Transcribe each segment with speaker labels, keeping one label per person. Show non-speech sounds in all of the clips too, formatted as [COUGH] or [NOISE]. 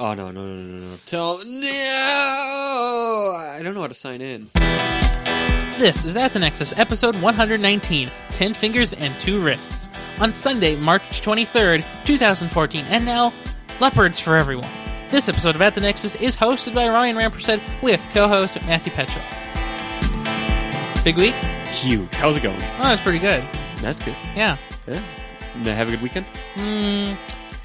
Speaker 1: Oh no no no no no! Tell no! I don't know how to sign in.
Speaker 2: This is At the Nexus, episode 119 10 Fingers and Two Wrists, on Sunday, March 23rd, 2014. And now, Leopards for Everyone. This episode of At the Nexus is hosted by Ryan Rampersad with co host Matthew Petrel. Big week?
Speaker 1: Huge. How's it going?
Speaker 2: Oh, that's pretty good.
Speaker 1: That's good.
Speaker 2: Yeah.
Speaker 1: Yeah. Now have a good weekend.
Speaker 2: Mm,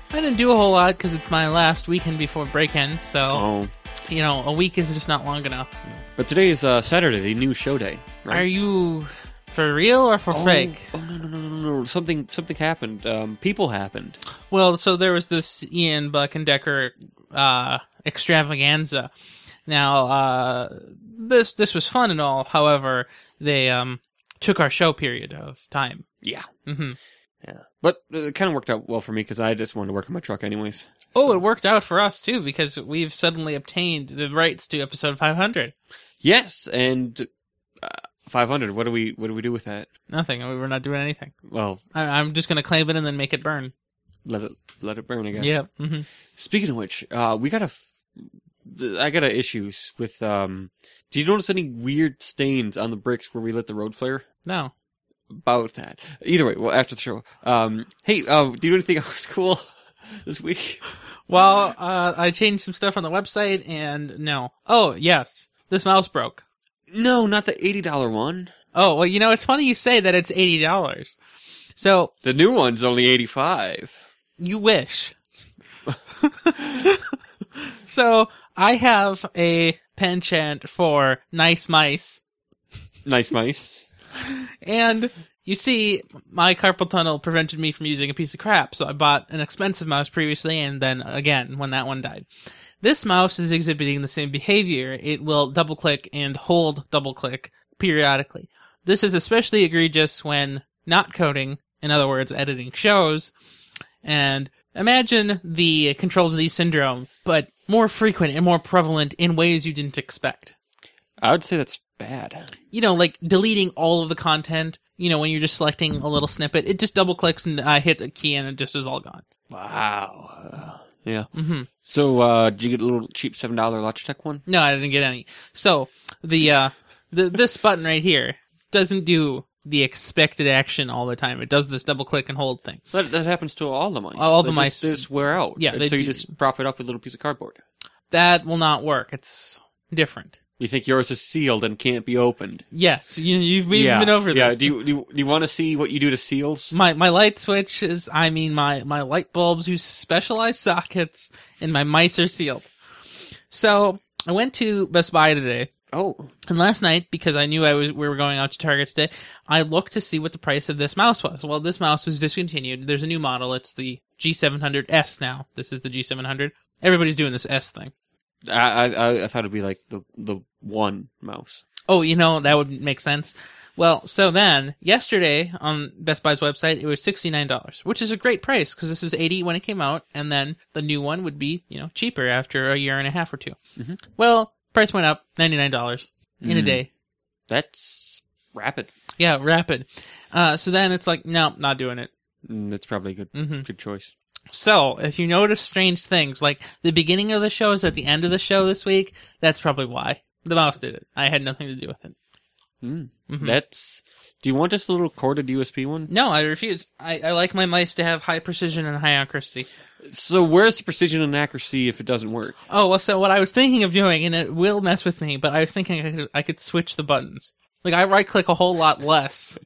Speaker 2: I didn't do a whole lot because it's my last weekend before break ends, so,
Speaker 1: Oh,
Speaker 2: you know, a week is just not long enough.
Speaker 1: but today is uh, Saturday, the new show day. Right?
Speaker 2: Are you for real or for
Speaker 1: oh,
Speaker 2: fake?
Speaker 1: Oh no no no no no! no. Something something happened. Um, people happened.
Speaker 2: Well, so there was this Ian Buck and Decker uh, extravaganza. Now, uh, this this was fun and all. However, they um, took our show period of time.
Speaker 1: Yeah.
Speaker 2: hmm
Speaker 1: Yeah. But uh, it kind of worked out well for me because I just wanted to work on my truck anyways.
Speaker 2: Oh, it worked out for us too because we've suddenly obtained the rights to episode 500.
Speaker 1: Yes, and uh, five hundred. What do we what do we do with that?
Speaker 2: Nothing. We were not doing anything.
Speaker 1: Well,
Speaker 2: I, I'm just going to claim it and then make it burn.
Speaker 1: let it let it burn. I guess.
Speaker 2: Yep. hmm
Speaker 1: Speaking of which, uh, we got a, f- th- I got a issues with. Um, do you notice any weird stains on the bricks where we lit the road flare?
Speaker 2: No.
Speaker 1: About that. Either way, well, after the show. Um, hey, um, do you do anything [LAUGHS] else cool this week?
Speaker 2: Well, uh, I changed some stuff on the website and no. Oh, yes. This mouse broke.
Speaker 1: No, not the eighty dollar one.
Speaker 2: Oh, well, you know, it's funny you say that it's $80. So
Speaker 1: The new one's only eighty five.
Speaker 2: you wish. so I have a penchant for nice mice.
Speaker 1: Nice mice.
Speaker 2: And you see, my carpal tunnel prevented me from using a piece of crap. So I bought an expensive mouse previously and then again when that one died. This mouse is exhibiting the same behavior. It will double click and hold double click periodically. This is especially egregious when not coding, in other words, editing shows. And imagine the control Z syndrome, but more frequent and more prevalent in ways you didn't expect
Speaker 1: I would say that's bad.
Speaker 2: you know, like deleting all of the content, you know, when you're just selecting a little snippet, it just double clicks and I hit a key and it just is all gone.
Speaker 1: Wow. Yeah.
Speaker 2: hmm
Speaker 1: So, uh, did you get a little cheap seven dollar Logitech one?
Speaker 2: No, I didn't get any. So the, uh, the, this button right here doesn't do the expected action all the time. It does this double click and hold thing.
Speaker 1: That, that happens to all the mice.
Speaker 2: All the
Speaker 1: They just-
Speaker 2: mice.
Speaker 1: They just wear out.
Speaker 2: Yeah,
Speaker 1: And
Speaker 2: they
Speaker 1: so you
Speaker 2: do.
Speaker 1: just prop it up with a little piece of cardboard.
Speaker 2: That will not work. It's different.
Speaker 1: You think yours is sealed and can't be opened?
Speaker 2: Yes, you, you've we've been over this.
Speaker 1: Yeah. Do you, do you, do you want to see what you do to seals?
Speaker 2: my my light switch is I mean my my light bulbs whose specialized sockets and my mice are sealed. So I went to Best Buy today
Speaker 1: Oh,
Speaker 2: And last night, because I knew I was we were going out to Target today, I looked to see what the price of this mouse was. Well, this mouse was discontinued. There's a new model. It's the G700S now. This is the G700. Everybody's doing this S thing.
Speaker 1: I, I I thought it'd be like the the one mouse.
Speaker 2: Oh, you know that would make sense. Well, so then yesterday on Best Buy's website, it was sixty nine dollars, which is a great price because this was eighty when it came out, and then the new one would be you know cheaper after a year and a half or 2
Speaker 1: Mhm.
Speaker 2: Well, price went up ninety nine dollars in a
Speaker 1: Mm.
Speaker 2: day.
Speaker 1: That's rapid.
Speaker 2: Yeah, rapid. Uh, so then it's like, no, not doing it.
Speaker 1: Mm, that's probably a good
Speaker 2: hmm
Speaker 1: good choice.
Speaker 2: So if you notice strange things, like the beginning of the show is at the end of the show this week, that's probably why the mouse did it. I had nothing to do with it.
Speaker 1: Mm.
Speaker 2: Mhm.
Speaker 1: That's. Do you want just a little corded USB one?
Speaker 2: No, I refuse. I, I like my mice to have high precision and high accuracy.
Speaker 1: So where's the precision and accuracy if it doesn't work?
Speaker 2: Oh well, so what I was thinking of doing, and it will mess with me, but I was thinking I could, I could switch the buttons. Like I right click a whole lot less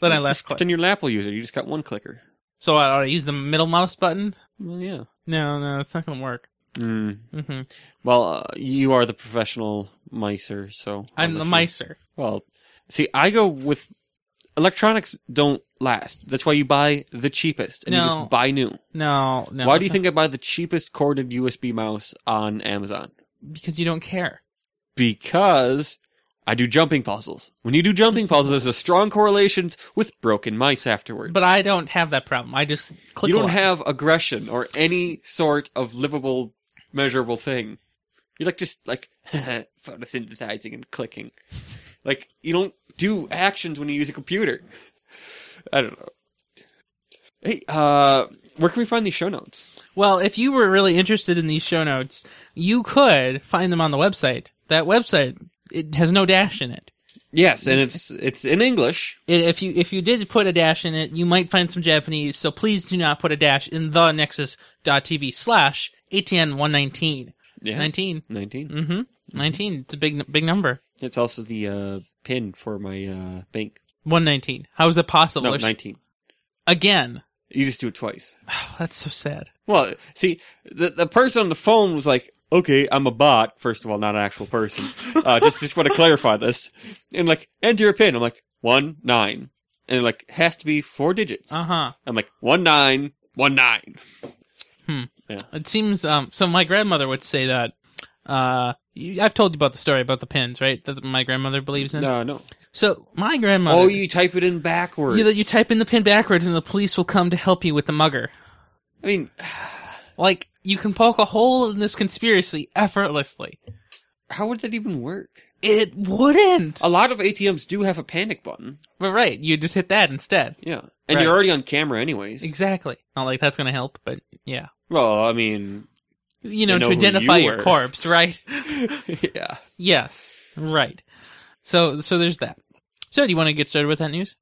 Speaker 2: than I left
Speaker 1: just
Speaker 2: click.
Speaker 1: Then your lap will use it. You just got one clicker.
Speaker 2: So I ought to use the middle mouse button.
Speaker 1: Well, yeah.
Speaker 2: No, no, it's not gonna work.
Speaker 1: Mm.
Speaker 2: hmm
Speaker 1: Well, uh, you are the professional micer, so I'll
Speaker 2: I'm
Speaker 1: let
Speaker 2: the
Speaker 1: you-
Speaker 2: micer.
Speaker 1: Well, see, I go with electronics don't last. That's why you buy the cheapest and you
Speaker 2: No.
Speaker 1: just buy new.
Speaker 2: No, no.
Speaker 1: why do you
Speaker 2: it's
Speaker 1: think I buy the cheapest corded USB mouse on Amazon?
Speaker 2: not- Because you don't care.
Speaker 1: Because I do jumping puzzles. When you do jumping puzzles, there's a strong correlation with broken mice afterwards.
Speaker 2: But I don't have that problem. I just click.
Speaker 1: you
Speaker 2: a
Speaker 1: don't
Speaker 2: lot.
Speaker 1: have aggression or any sort of livable, measurable thing. You're like just like [LAUGHS] photosynthesizing and clicking. Like you don't do actions when you use a computer. I don't know. Hey, uh, where can we find these show notes?
Speaker 2: Well, if you were really interested in these show notes, you could find them on the website. That website it has no dash in it.
Speaker 1: Yes, and it's it's in English.
Speaker 2: I- If you if you did put a dash in it, you might find some Japanese. So please do not put a dash in the nexus.tv slash ATN one nineteen.
Speaker 1: Yes.
Speaker 2: 19.
Speaker 1: 19.
Speaker 2: Mm-hmm. Nineteen. It's a big big number.
Speaker 1: It's also the uh, pin for my uh, bank.
Speaker 2: One nineteen. How is that possible?
Speaker 1: No,
Speaker 2: There's-
Speaker 1: 19.
Speaker 2: Again. Oh,
Speaker 1: You just do it twice.
Speaker 2: that's so sad.
Speaker 1: Well, see, the the person on the phone was like, "Okay, I'm a bot. First of all, not an actual person.
Speaker 2: [LAUGHS]
Speaker 1: Uh, just just want to clarify this." And like, enter your pin. I'm like one nine, and they're like has to be four digits.
Speaker 2: Uh huh.
Speaker 1: I'm like one nine one
Speaker 2: [LAUGHS]
Speaker 1: nine.
Speaker 2: It seems um so my grandmother would say that uh you, I've told you about the story about the pins, right? That my grandmother believes in.
Speaker 1: No, no.
Speaker 2: So my grandmother
Speaker 1: Oh, you type it in backwards.
Speaker 2: you, you type in the pin backwards and the police will come to help you with the mugger.
Speaker 1: I mean,
Speaker 2: Like you can poke a hole in this conspiracy effortlessly.
Speaker 1: how would that even work?
Speaker 2: It wouldn't.
Speaker 1: A lot of ATMs do have a panic button.
Speaker 2: But right, you just hit that instead.
Speaker 1: Yeah, and
Speaker 2: Right.
Speaker 1: you're already on camera, anyways.
Speaker 2: Exactly. Not like that's going to help, but yeah.
Speaker 1: well, I mean, [LAUGHS]
Speaker 2: You know,
Speaker 1: They know
Speaker 2: to
Speaker 1: who you
Speaker 2: identify your
Speaker 1: were.
Speaker 2: corpse, right? [LAUGHS]
Speaker 1: yeah.
Speaker 2: yes. Right. So so there's that. So do you want to get started with that news?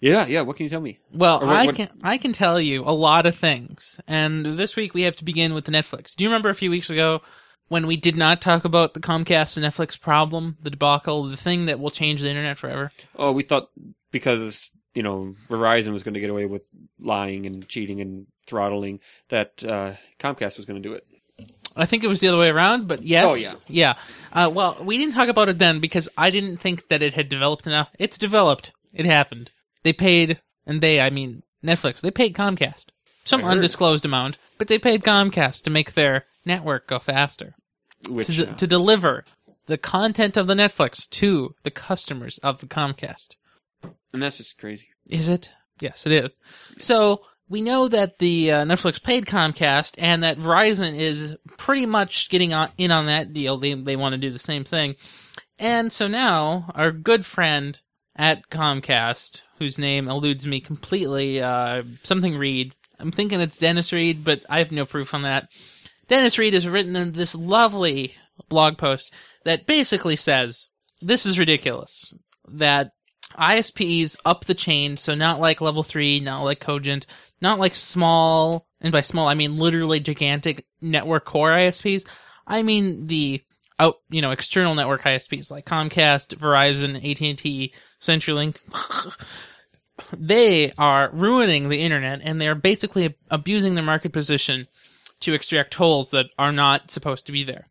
Speaker 1: Yeah, yeah. What can you tell me?
Speaker 2: Well,
Speaker 1: Or what-
Speaker 2: I
Speaker 1: what-
Speaker 2: can I can tell you a lot of things, and this week we have to begin with the Netflix. Do you remember a few weeks ago when we did not talk about the Comcast and Netflix problem, the debacle, the thing that will change the internet forever?
Speaker 1: Oh, we thought because you know Verizon was going to get away with lying and cheating and throttling that uh, Comcast was going to do it.
Speaker 2: I think it was the other way around, but yes,
Speaker 1: Oh, yeah.
Speaker 2: yeah. Uh, well, we didn't talk about it then because I didn't think that it had developed enough. It's developed. It happened. They paid, and they, I mean Netflix. They paid Comcast some
Speaker 1: I heard.
Speaker 2: undisclosed amount, but they paid Comcast to make their network go faster.
Speaker 1: Which
Speaker 2: to,
Speaker 1: uh,
Speaker 2: to deliver the content of the Netflix to the customers of the Comcast.
Speaker 1: and that's just crazy.
Speaker 2: Is it? Yes, it is. So we know that the uh, Netflix paid Comcast and that Verizon is pretty much getting on, in on that deal. They they want to do the same thing, and so now our good friend at Comcast, whose name eludes me completely, uh, something Reed. I'm thinking it's Dennis Reed, but I have no proof on that. Dennis Reed has written in this lovely blog post that basically says this is ridiculous that ISPs up the chain, so not like level three, not like Cogent, not like small, and by small I mean literally gigantic network core ISPs. I mean the out, you know, external network ISPs like Comcast, Verizon, AT and T, CenturyLink. [LAUGHS] they are ruining the internet, and they are basically abusing their market position to extract holes that are not supposed to be there.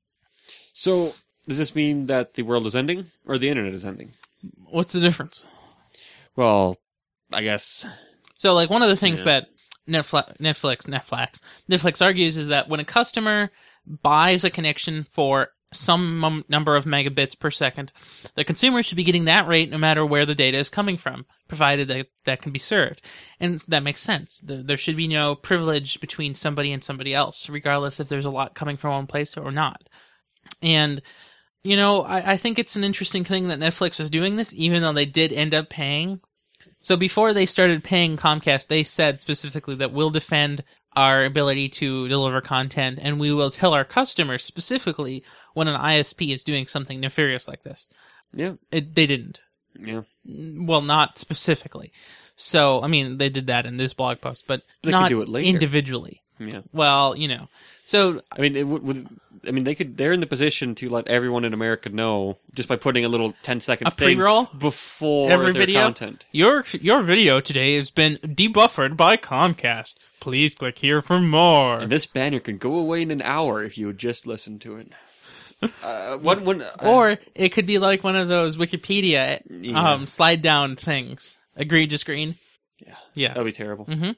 Speaker 1: So does this mean that the world is ending or the internet is ending?
Speaker 2: What's the difference?
Speaker 1: Well, I guess.
Speaker 2: So like one of the things
Speaker 1: Yeah.
Speaker 2: that Netflix, Netflix, Netflix, Netflix argues is that when a customer buys a connection for some mum- number of megabits per second, the consumer should be getting that rate no matter where the data is coming from, provided that that can be served. And that makes sense. There there should be no privilege between somebody and somebody else, regardless if there's a lot coming from one place or not. And you know, I, I think it's an interesting thing that Netflix is doing this, even though they did end up paying so before they started paying Comcast, they said specifically that we'll defend our ability to deliver content and we will tell our customers specifically when an ISP is doing something nefarious like this.
Speaker 1: Yeah,
Speaker 2: It, they didn't.
Speaker 1: yeah.
Speaker 2: Well, not specifically. So, I mean, they did that in this blog post, but
Speaker 1: They could
Speaker 2: not
Speaker 1: do it later.
Speaker 2: individually.
Speaker 1: Yeah.
Speaker 2: Well, you know. So,
Speaker 1: I mean, it would, would. I mean, they could. They're in the position to let everyone in America know just by putting a little 10 second
Speaker 2: a
Speaker 1: thing
Speaker 2: pre-roll
Speaker 1: before their
Speaker 2: Every video?
Speaker 1: content.
Speaker 2: Your your video today has been debuffered by Comcast. Please click here for more.
Speaker 1: And this banner can go away in an hour if you would just listen to [LAUGHS] it. Uh, one, one, uh,
Speaker 2: or it could be like one of those Wikipedia
Speaker 1: Yeah.
Speaker 2: um, slide down things. Egregious green.
Speaker 1: Yeah.
Speaker 2: Yes.
Speaker 1: that'd be terrible.
Speaker 2: Mhm.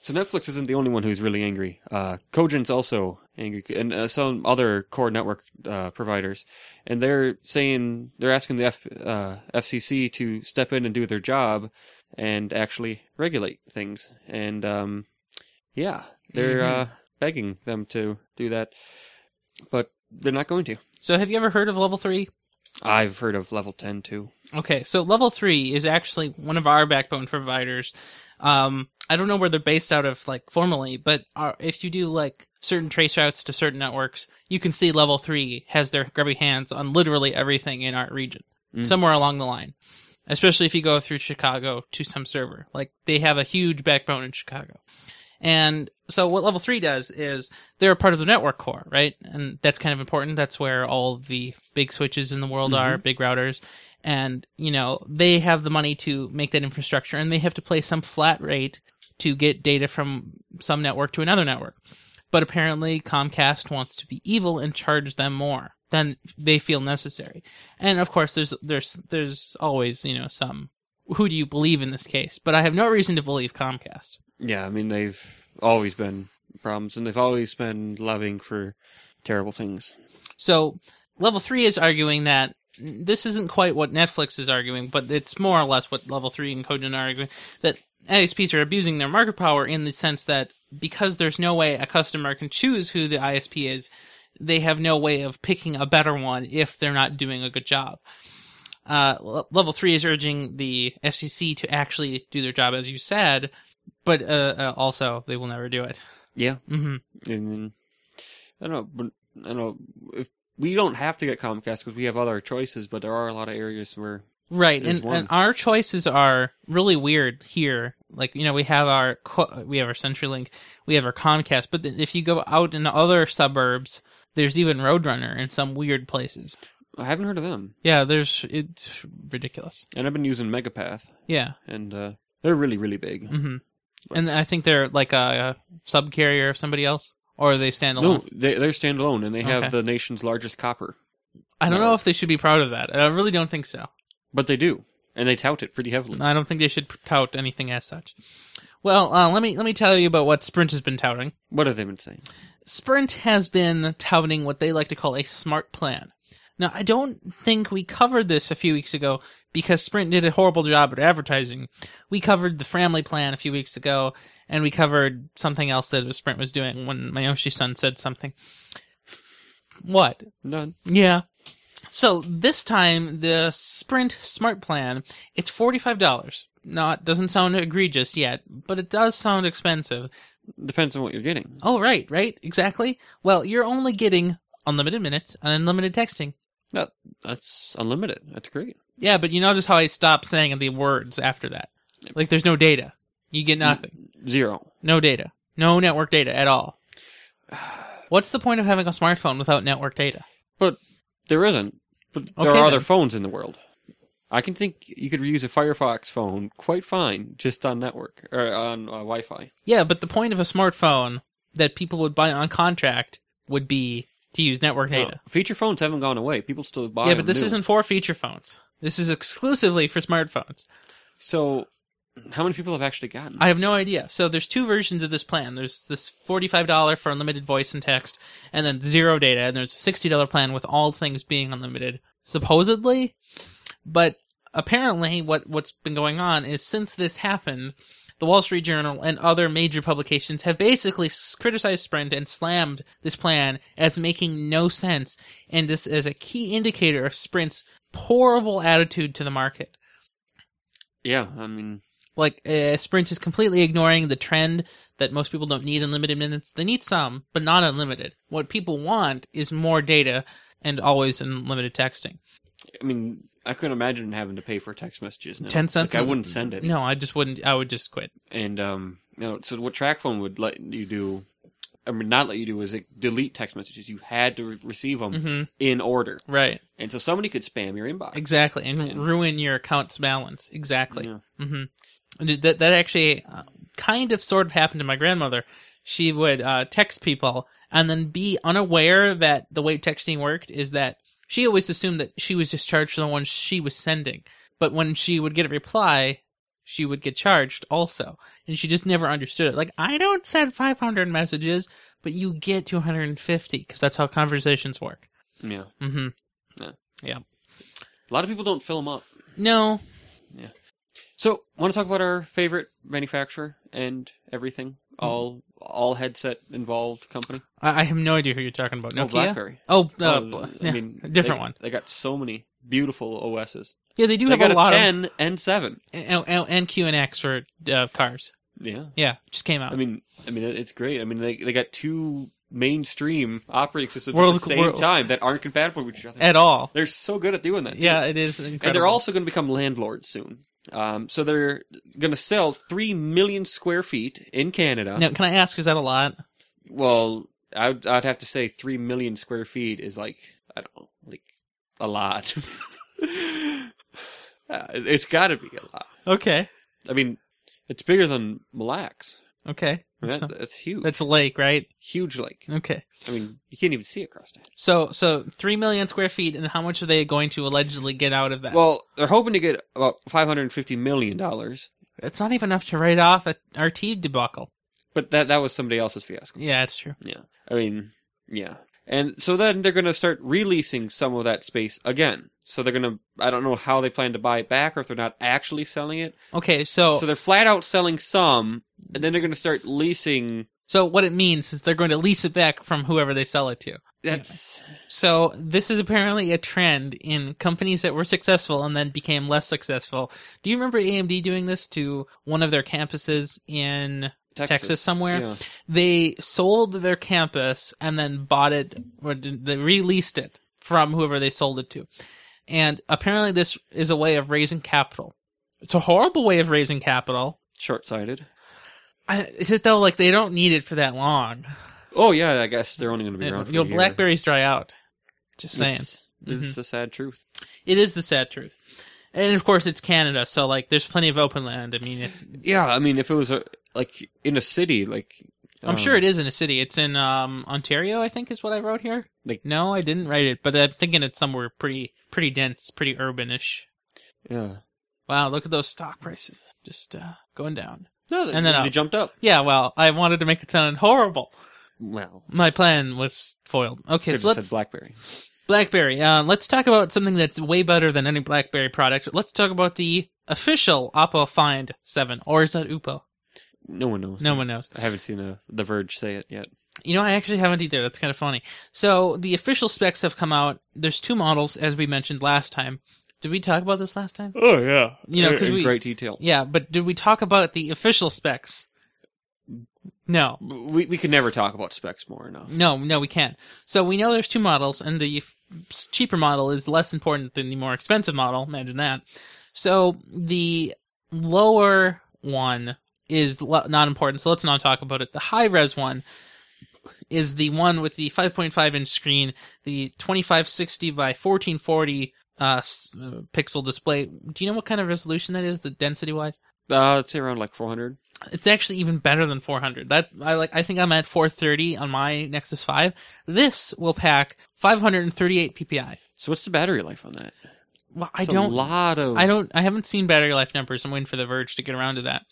Speaker 1: So Netflix isn't the only one who's really angry. Uh, Cogent's also angry, and uh, some other core network uh, providers, and they're saying they're asking the F, uh, FCC to step in and do their job and actually regulate things. And um, yeah, they're uh, begging them to do that, but they're not going to.
Speaker 2: so have you ever heard of level three?
Speaker 1: I've heard of Level Ten too.
Speaker 2: Okay, so level three is actually one of our backbone providers. Um, I don't know where they're based out of, like formally, but are, if you do like certain trace routes to certain networks, you can see level three has their grubby hands on literally everything in our region,
Speaker 1: Mm.
Speaker 2: somewhere along the line. Especially if you go through Chicago to some server, like they have a huge backbone in Chicago. And so what level three does is they're a part of the network core, right? And that's kind of important. That's where all the big switches in the world are, big routers. And, you know, they have the money to make that infrastructure and they have to pay some flat rate to get data from some network to another network. But apparently Comcast wants to be evil and charge them more than they feel necessary. And of course there's there's there's always, you know, some who do you believe in this case? But I have no reason to believe Comcast.
Speaker 1: Yeah, I mean they've always been problems, and they've always been loving for terrible things.
Speaker 2: So level three is arguing that this isn't quite what Netflix is arguing, but it's more or less what level three and Cogent are arguing that ISPs are abusing their market power in the sense that because there's no way a customer can choose who the ISP is, they have no way of picking a better one if they're not doing a good job. Uh, le- level three is urging the FCC to actually do their job, as you said, but uh, uh, also they will never do it.
Speaker 1: Yeah,
Speaker 2: hmm
Speaker 1: and then, I don't know, but I don't know if we don't have to get Comcast because we have other choices, but there are a lot of areas where
Speaker 2: right
Speaker 1: is
Speaker 2: and,
Speaker 1: one.
Speaker 2: and our choices are really weird here like you know we have our co- we have our CenturyLink we have our Comcast but then if you go out in other suburbs there's even Roadrunner in some weird places
Speaker 1: I haven't heard of them,
Speaker 2: yeah there's it's ridiculous
Speaker 1: and I've been using Megapath,
Speaker 2: yeah
Speaker 1: and uh, they're really really big.
Speaker 2: mhm and I think they're like a, a sub carrier of somebody else or they stand alone
Speaker 1: No, they, they're standalone, and they have
Speaker 2: Okay.
Speaker 1: the nation's largest copper,
Speaker 2: I don't know
Speaker 1: no.
Speaker 2: if they should be proud of that I really don't think so
Speaker 1: but they do, and they tout it pretty heavily.
Speaker 2: I don't think they should tout anything as such well uh, let me let me tell you about what Sprint has been touting
Speaker 1: What have they been saying?
Speaker 2: Sprint has been touting what they like to call a smart plan. Now, I don't think we covered this a few weeks ago because Sprint did a horrible job at advertising. We covered the family plan a few weeks ago, and we covered something else that Sprint was doing when Mayoshi son said something. What?
Speaker 1: None.
Speaker 2: Yeah. So this time the Sprint Smart Plan, it's forty five dollars. Now it doesn't sound egregious yet, but it does sound expensive.
Speaker 1: Depends on what you're getting.
Speaker 2: Oh, right, right, exactly. Well, you're only getting unlimited minutes and unlimited texting.
Speaker 1: That, that's unlimited. That's great.
Speaker 2: Yeah, but you notice how I stopped saying the words after that. Like, there's no data. You
Speaker 1: Mm.
Speaker 2: get nothing.
Speaker 1: Zero.
Speaker 2: No data. No network data
Speaker 1: [SIGHS]
Speaker 2: at all. What's the point of having a smartphone without network data?
Speaker 1: But there isn't. But there
Speaker 2: Okay,
Speaker 1: are
Speaker 2: then.
Speaker 1: other phones in the world. I can think you could use a Firefox phone quite fine just on network or on uh, Wi-Fi.
Speaker 2: Yeah, but the point of a smartphone that people would buy on contract would be to use network
Speaker 1: No,
Speaker 2: data.
Speaker 1: Uh, feature phones haven't gone away. People still buy.
Speaker 2: yeah,
Speaker 1: them
Speaker 2: but this
Speaker 1: new.
Speaker 2: isn't for feature phones. This is exclusively for smartphones.
Speaker 1: So, how many people have actually gotten?
Speaker 2: I have
Speaker 1: this?
Speaker 2: no idea. So there's two versions of this plan. There's this forty-five dollar for unlimited voice and text, and then zero data. And there's a sixty-dollar plan with all things being unlimited, supposedly. But apparently, what what's been going on is since this happened, the Wall Street Journal and other major publications have basically s- criticized Sprint and slammed this plan as making no sense, and this is a key indicator of Sprint's horrible attitude to the market
Speaker 1: Yeah, I mean,
Speaker 2: like uh, sprint is completely ignoring the trend that most people don't need unlimited minutes they need some but not unlimited what people want is more data and always unlimited texting
Speaker 1: I mean, I couldn't imagine having to pay for text messages. Now.
Speaker 2: 10 cents
Speaker 1: Like, I
Speaker 2: a-
Speaker 1: wouldn't send it.
Speaker 2: no i just wouldn't i would just quit
Speaker 1: And um, you know, so what TrackPhone would let you do, I mean, not let you do, is like, delete text messages. You had to re- receive them
Speaker 2: hmm
Speaker 1: in order,
Speaker 2: right
Speaker 1: and so somebody could spam your inbox.
Speaker 2: exactly and
Speaker 1: And-
Speaker 2: ruin your account's balance exactly
Speaker 1: Yeah.
Speaker 2: hmm that, that actually uh, kind of sort of happened to my grandmother she would uh, text people and then be unaware that the way texting worked is that she always assumed that she was just charged for the ones she was sending. But when she would get a reply, she would get charged also. And she just never understood it. Like, I don't send 500 messages, but you get 250 because that's how conversations work.
Speaker 1: Yeah,
Speaker 2: hmm
Speaker 1: a lot of people don't fill them up.
Speaker 2: No.
Speaker 1: So, want to talk about our favorite manufacturer and everything,
Speaker 2: Hmm.
Speaker 1: all all headset involved company?
Speaker 2: I, I have no idea who you're talking about.
Speaker 1: Oh,
Speaker 2: Nokia?
Speaker 1: BlackBerry.
Speaker 2: Oh, uh,
Speaker 1: Oh,
Speaker 2: bl-
Speaker 1: I
Speaker 2: yeah,
Speaker 1: mean,
Speaker 2: different
Speaker 1: they-
Speaker 2: one.
Speaker 1: They got so many beautiful OSs.
Speaker 2: Yeah, they do
Speaker 1: They
Speaker 2: have
Speaker 1: got
Speaker 2: a
Speaker 1: a,
Speaker 2: lot of
Speaker 1: 10 and 7.
Speaker 2: and, and- and Q and X for uh, cars.
Speaker 1: Yeah.
Speaker 2: Yeah, just came out.
Speaker 1: I mean, I mean, it's great. I mean, they they got two mainstream operating systems
Speaker 2: World-
Speaker 1: at the same
Speaker 2: world-
Speaker 1: time that aren't compatible with each other.
Speaker 2: At all.
Speaker 1: They're so good at doing that. too.
Speaker 2: Yeah, it is incredible.
Speaker 1: and they're also going to become landlords soon. Um, so they're going to sell three million square feet in Canada.
Speaker 2: Now, can I ask? Is that a lot?
Speaker 1: Well, I'd I'd have to say three million square feet is like I don't know, like a lot. [LAUGHS] Uh, it's got to be a lot.
Speaker 2: Okay.
Speaker 1: I mean, it's bigger than Mille Lacs.
Speaker 2: Okay.
Speaker 1: That,
Speaker 2: That's, a,
Speaker 1: that's huge.
Speaker 2: that's a lake, right?
Speaker 1: huge lake.
Speaker 2: Okay.
Speaker 1: I mean, you can't even see across that.
Speaker 2: So, so three million square feet, and how much are they going to allegedly get out of that?
Speaker 1: Well, they're hoping to get about five hundred and fifty million dollars,
Speaker 2: it's not even enough to write off a RT debacle.
Speaker 1: but that that was somebody else's fiasco.
Speaker 2: Yeah, it's true.
Speaker 1: Yeah. I mean, yeah. And so then they're going to start releasing some of that space again. So they're going to, I don't know how they plan to buy it back or if they're not actually selling it.
Speaker 2: Okay, so
Speaker 1: So
Speaker 2: so,
Speaker 1: they're flat out selling some, and then they're going to start leasing.
Speaker 2: what it means is they're going to lease it back from whoever they sell it to.
Speaker 1: That's,
Speaker 2: So this is apparently a trend in companies that were successful and then became less successful. Do you remember AMD doing this to one of their campuses in
Speaker 1: Texas,
Speaker 2: Texas somewhere?
Speaker 1: Yeah.
Speaker 2: they sold their campus and then bought it or did- they released it from whoever they sold it to. And apparently this is a way of raising capital. It's a horrible way of raising capital.
Speaker 1: Short sighted.
Speaker 2: I, is it though like they don't need it for that long?
Speaker 1: Oh, yeah, I guess they're only going to be around for
Speaker 2: Your
Speaker 1: a year.
Speaker 2: blackberries dry out. Just saying.
Speaker 1: It's,
Speaker 2: Mm-hmm.
Speaker 1: it's the sad truth.
Speaker 2: It is the sad truth. And of course it's Canada, so like there's plenty of open land. I mean if
Speaker 1: Yeah, I mean, if it was a, like in a city, like. um,
Speaker 2: I'm sure it is in a city. It's in um Ontario, I think is what I wrote here.
Speaker 1: Like-
Speaker 2: no, I didn't write it, but I'm thinking it's somewhere pretty pretty dense, pretty urbanish.
Speaker 1: Yeah.
Speaker 2: Wow, look at those stock prices just uh, going down.
Speaker 1: No,
Speaker 2: And then
Speaker 1: they
Speaker 2: up.
Speaker 1: jumped up.
Speaker 2: Yeah, well, I wanted to make it sound horrible.
Speaker 1: Well,
Speaker 2: My plan was foiled. Okay,
Speaker 1: could've
Speaker 2: so
Speaker 1: just
Speaker 2: let's
Speaker 1: said BlackBerry.
Speaker 2: BlackBerry. Uh, let's talk about something that's way better than any BlackBerry product. Let's talk about the official Oppo Find Seven, or is that Oppo?
Speaker 1: No one knows.
Speaker 2: No one knows.
Speaker 1: I haven't seen a, The Verge say it yet.
Speaker 2: You know, I actually haven't either. That's kind of funny. So the official specs have come out. There's two models, as we mentioned last time. Did we talk about this last time?
Speaker 1: Oh yeah,
Speaker 2: You know,
Speaker 1: In-
Speaker 2: 'cause
Speaker 1: in
Speaker 2: we-
Speaker 1: great detail.
Speaker 2: Yeah, but did we talk about the official specs? No.
Speaker 1: We we could never talk about specs more enough.
Speaker 2: No, no, we can't. So we know there's two models, and the f- cheaper model is less important than the more expensive model. Imagine that. So the lower one is lo- not important, so let's not talk about it. The high res one is the one with the 5.5 inch screen, the 2560 by 1440 uh, s- uh, pixel display. Do you know what kind of resolution that is, the density wise?
Speaker 1: Uh, I'd say around like 400.
Speaker 2: it's actually even better than 400. That I like. I think I'm at 430 on my Nexus 5. This will pack 538 PPI.
Speaker 1: So what's the battery life on that?
Speaker 2: Well, I
Speaker 1: It's
Speaker 2: don't.
Speaker 1: A lot of.
Speaker 2: I don't. I haven't seen battery life numbers. I'm waiting for the Verge to get around to that.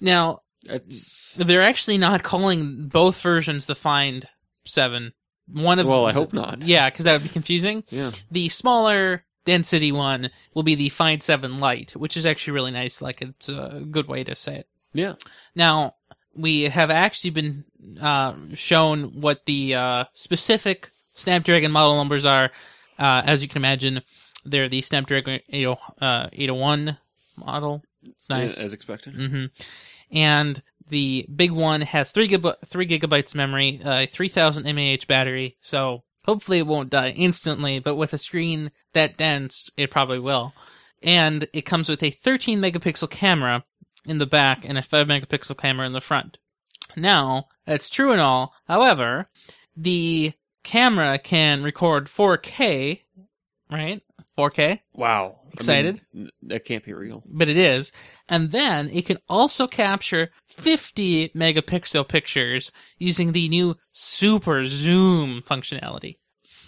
Speaker 2: Now
Speaker 1: It's,
Speaker 2: they're actually not calling both versions the Find Seven. One of
Speaker 1: well, I hope not.
Speaker 2: Yeah, because that would be confusing.
Speaker 1: Yeah.
Speaker 2: The smaller density one will be the Find Seven Lite, which is actually really nice. Like it's a good way to say it.
Speaker 1: Yeah.
Speaker 2: Now, we have actually been uh, shown what the uh, specific Snapdragon model numbers are. Uh, as you can imagine, they're the Snapdragon 80, uh, 801 model. It's nice.
Speaker 1: Yeah, As expected.
Speaker 2: hmm And the big one has three, gigab- three gigabytes memory, uh, 3000 mAh battery. So hopefully it won't die instantly, but with a screen that dense, it probably will. And it comes with a 13 megapixel camera in the back and a 5 megapixel camera in the front. Now, that's true and all. However, the camera can record 4K, right? 4K?
Speaker 1: Wow. I mean,
Speaker 2: Excited?
Speaker 1: n- that can't be real.
Speaker 2: but it is. And then it can also capture 50 megapixel pictures using the new super zoom functionality.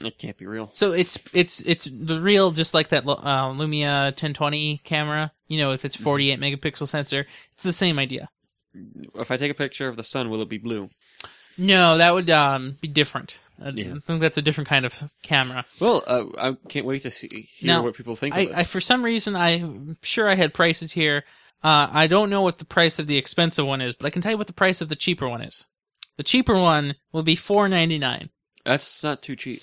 Speaker 1: That can't be real.
Speaker 2: So it's it's it's the real just like that uh, Lumia 1020 camera. You know, if it's 48 megapixel sensor, it's the same idea.
Speaker 1: If I take a picture of the sun, will it be blue?
Speaker 2: No, that would um, be different. I
Speaker 1: Yeah.
Speaker 2: think that's a different kind of camera.
Speaker 1: Well, uh, I can't wait to see hear
Speaker 2: Now,
Speaker 1: what people think of
Speaker 2: I,
Speaker 1: this.
Speaker 2: I for some reason I'm sure I had prices here. Uh, I don't know what the price of the expensive one is, but I can tell you what the price of the cheaper one is. The cheaper one will be four ninety nine.
Speaker 1: That's not too cheap.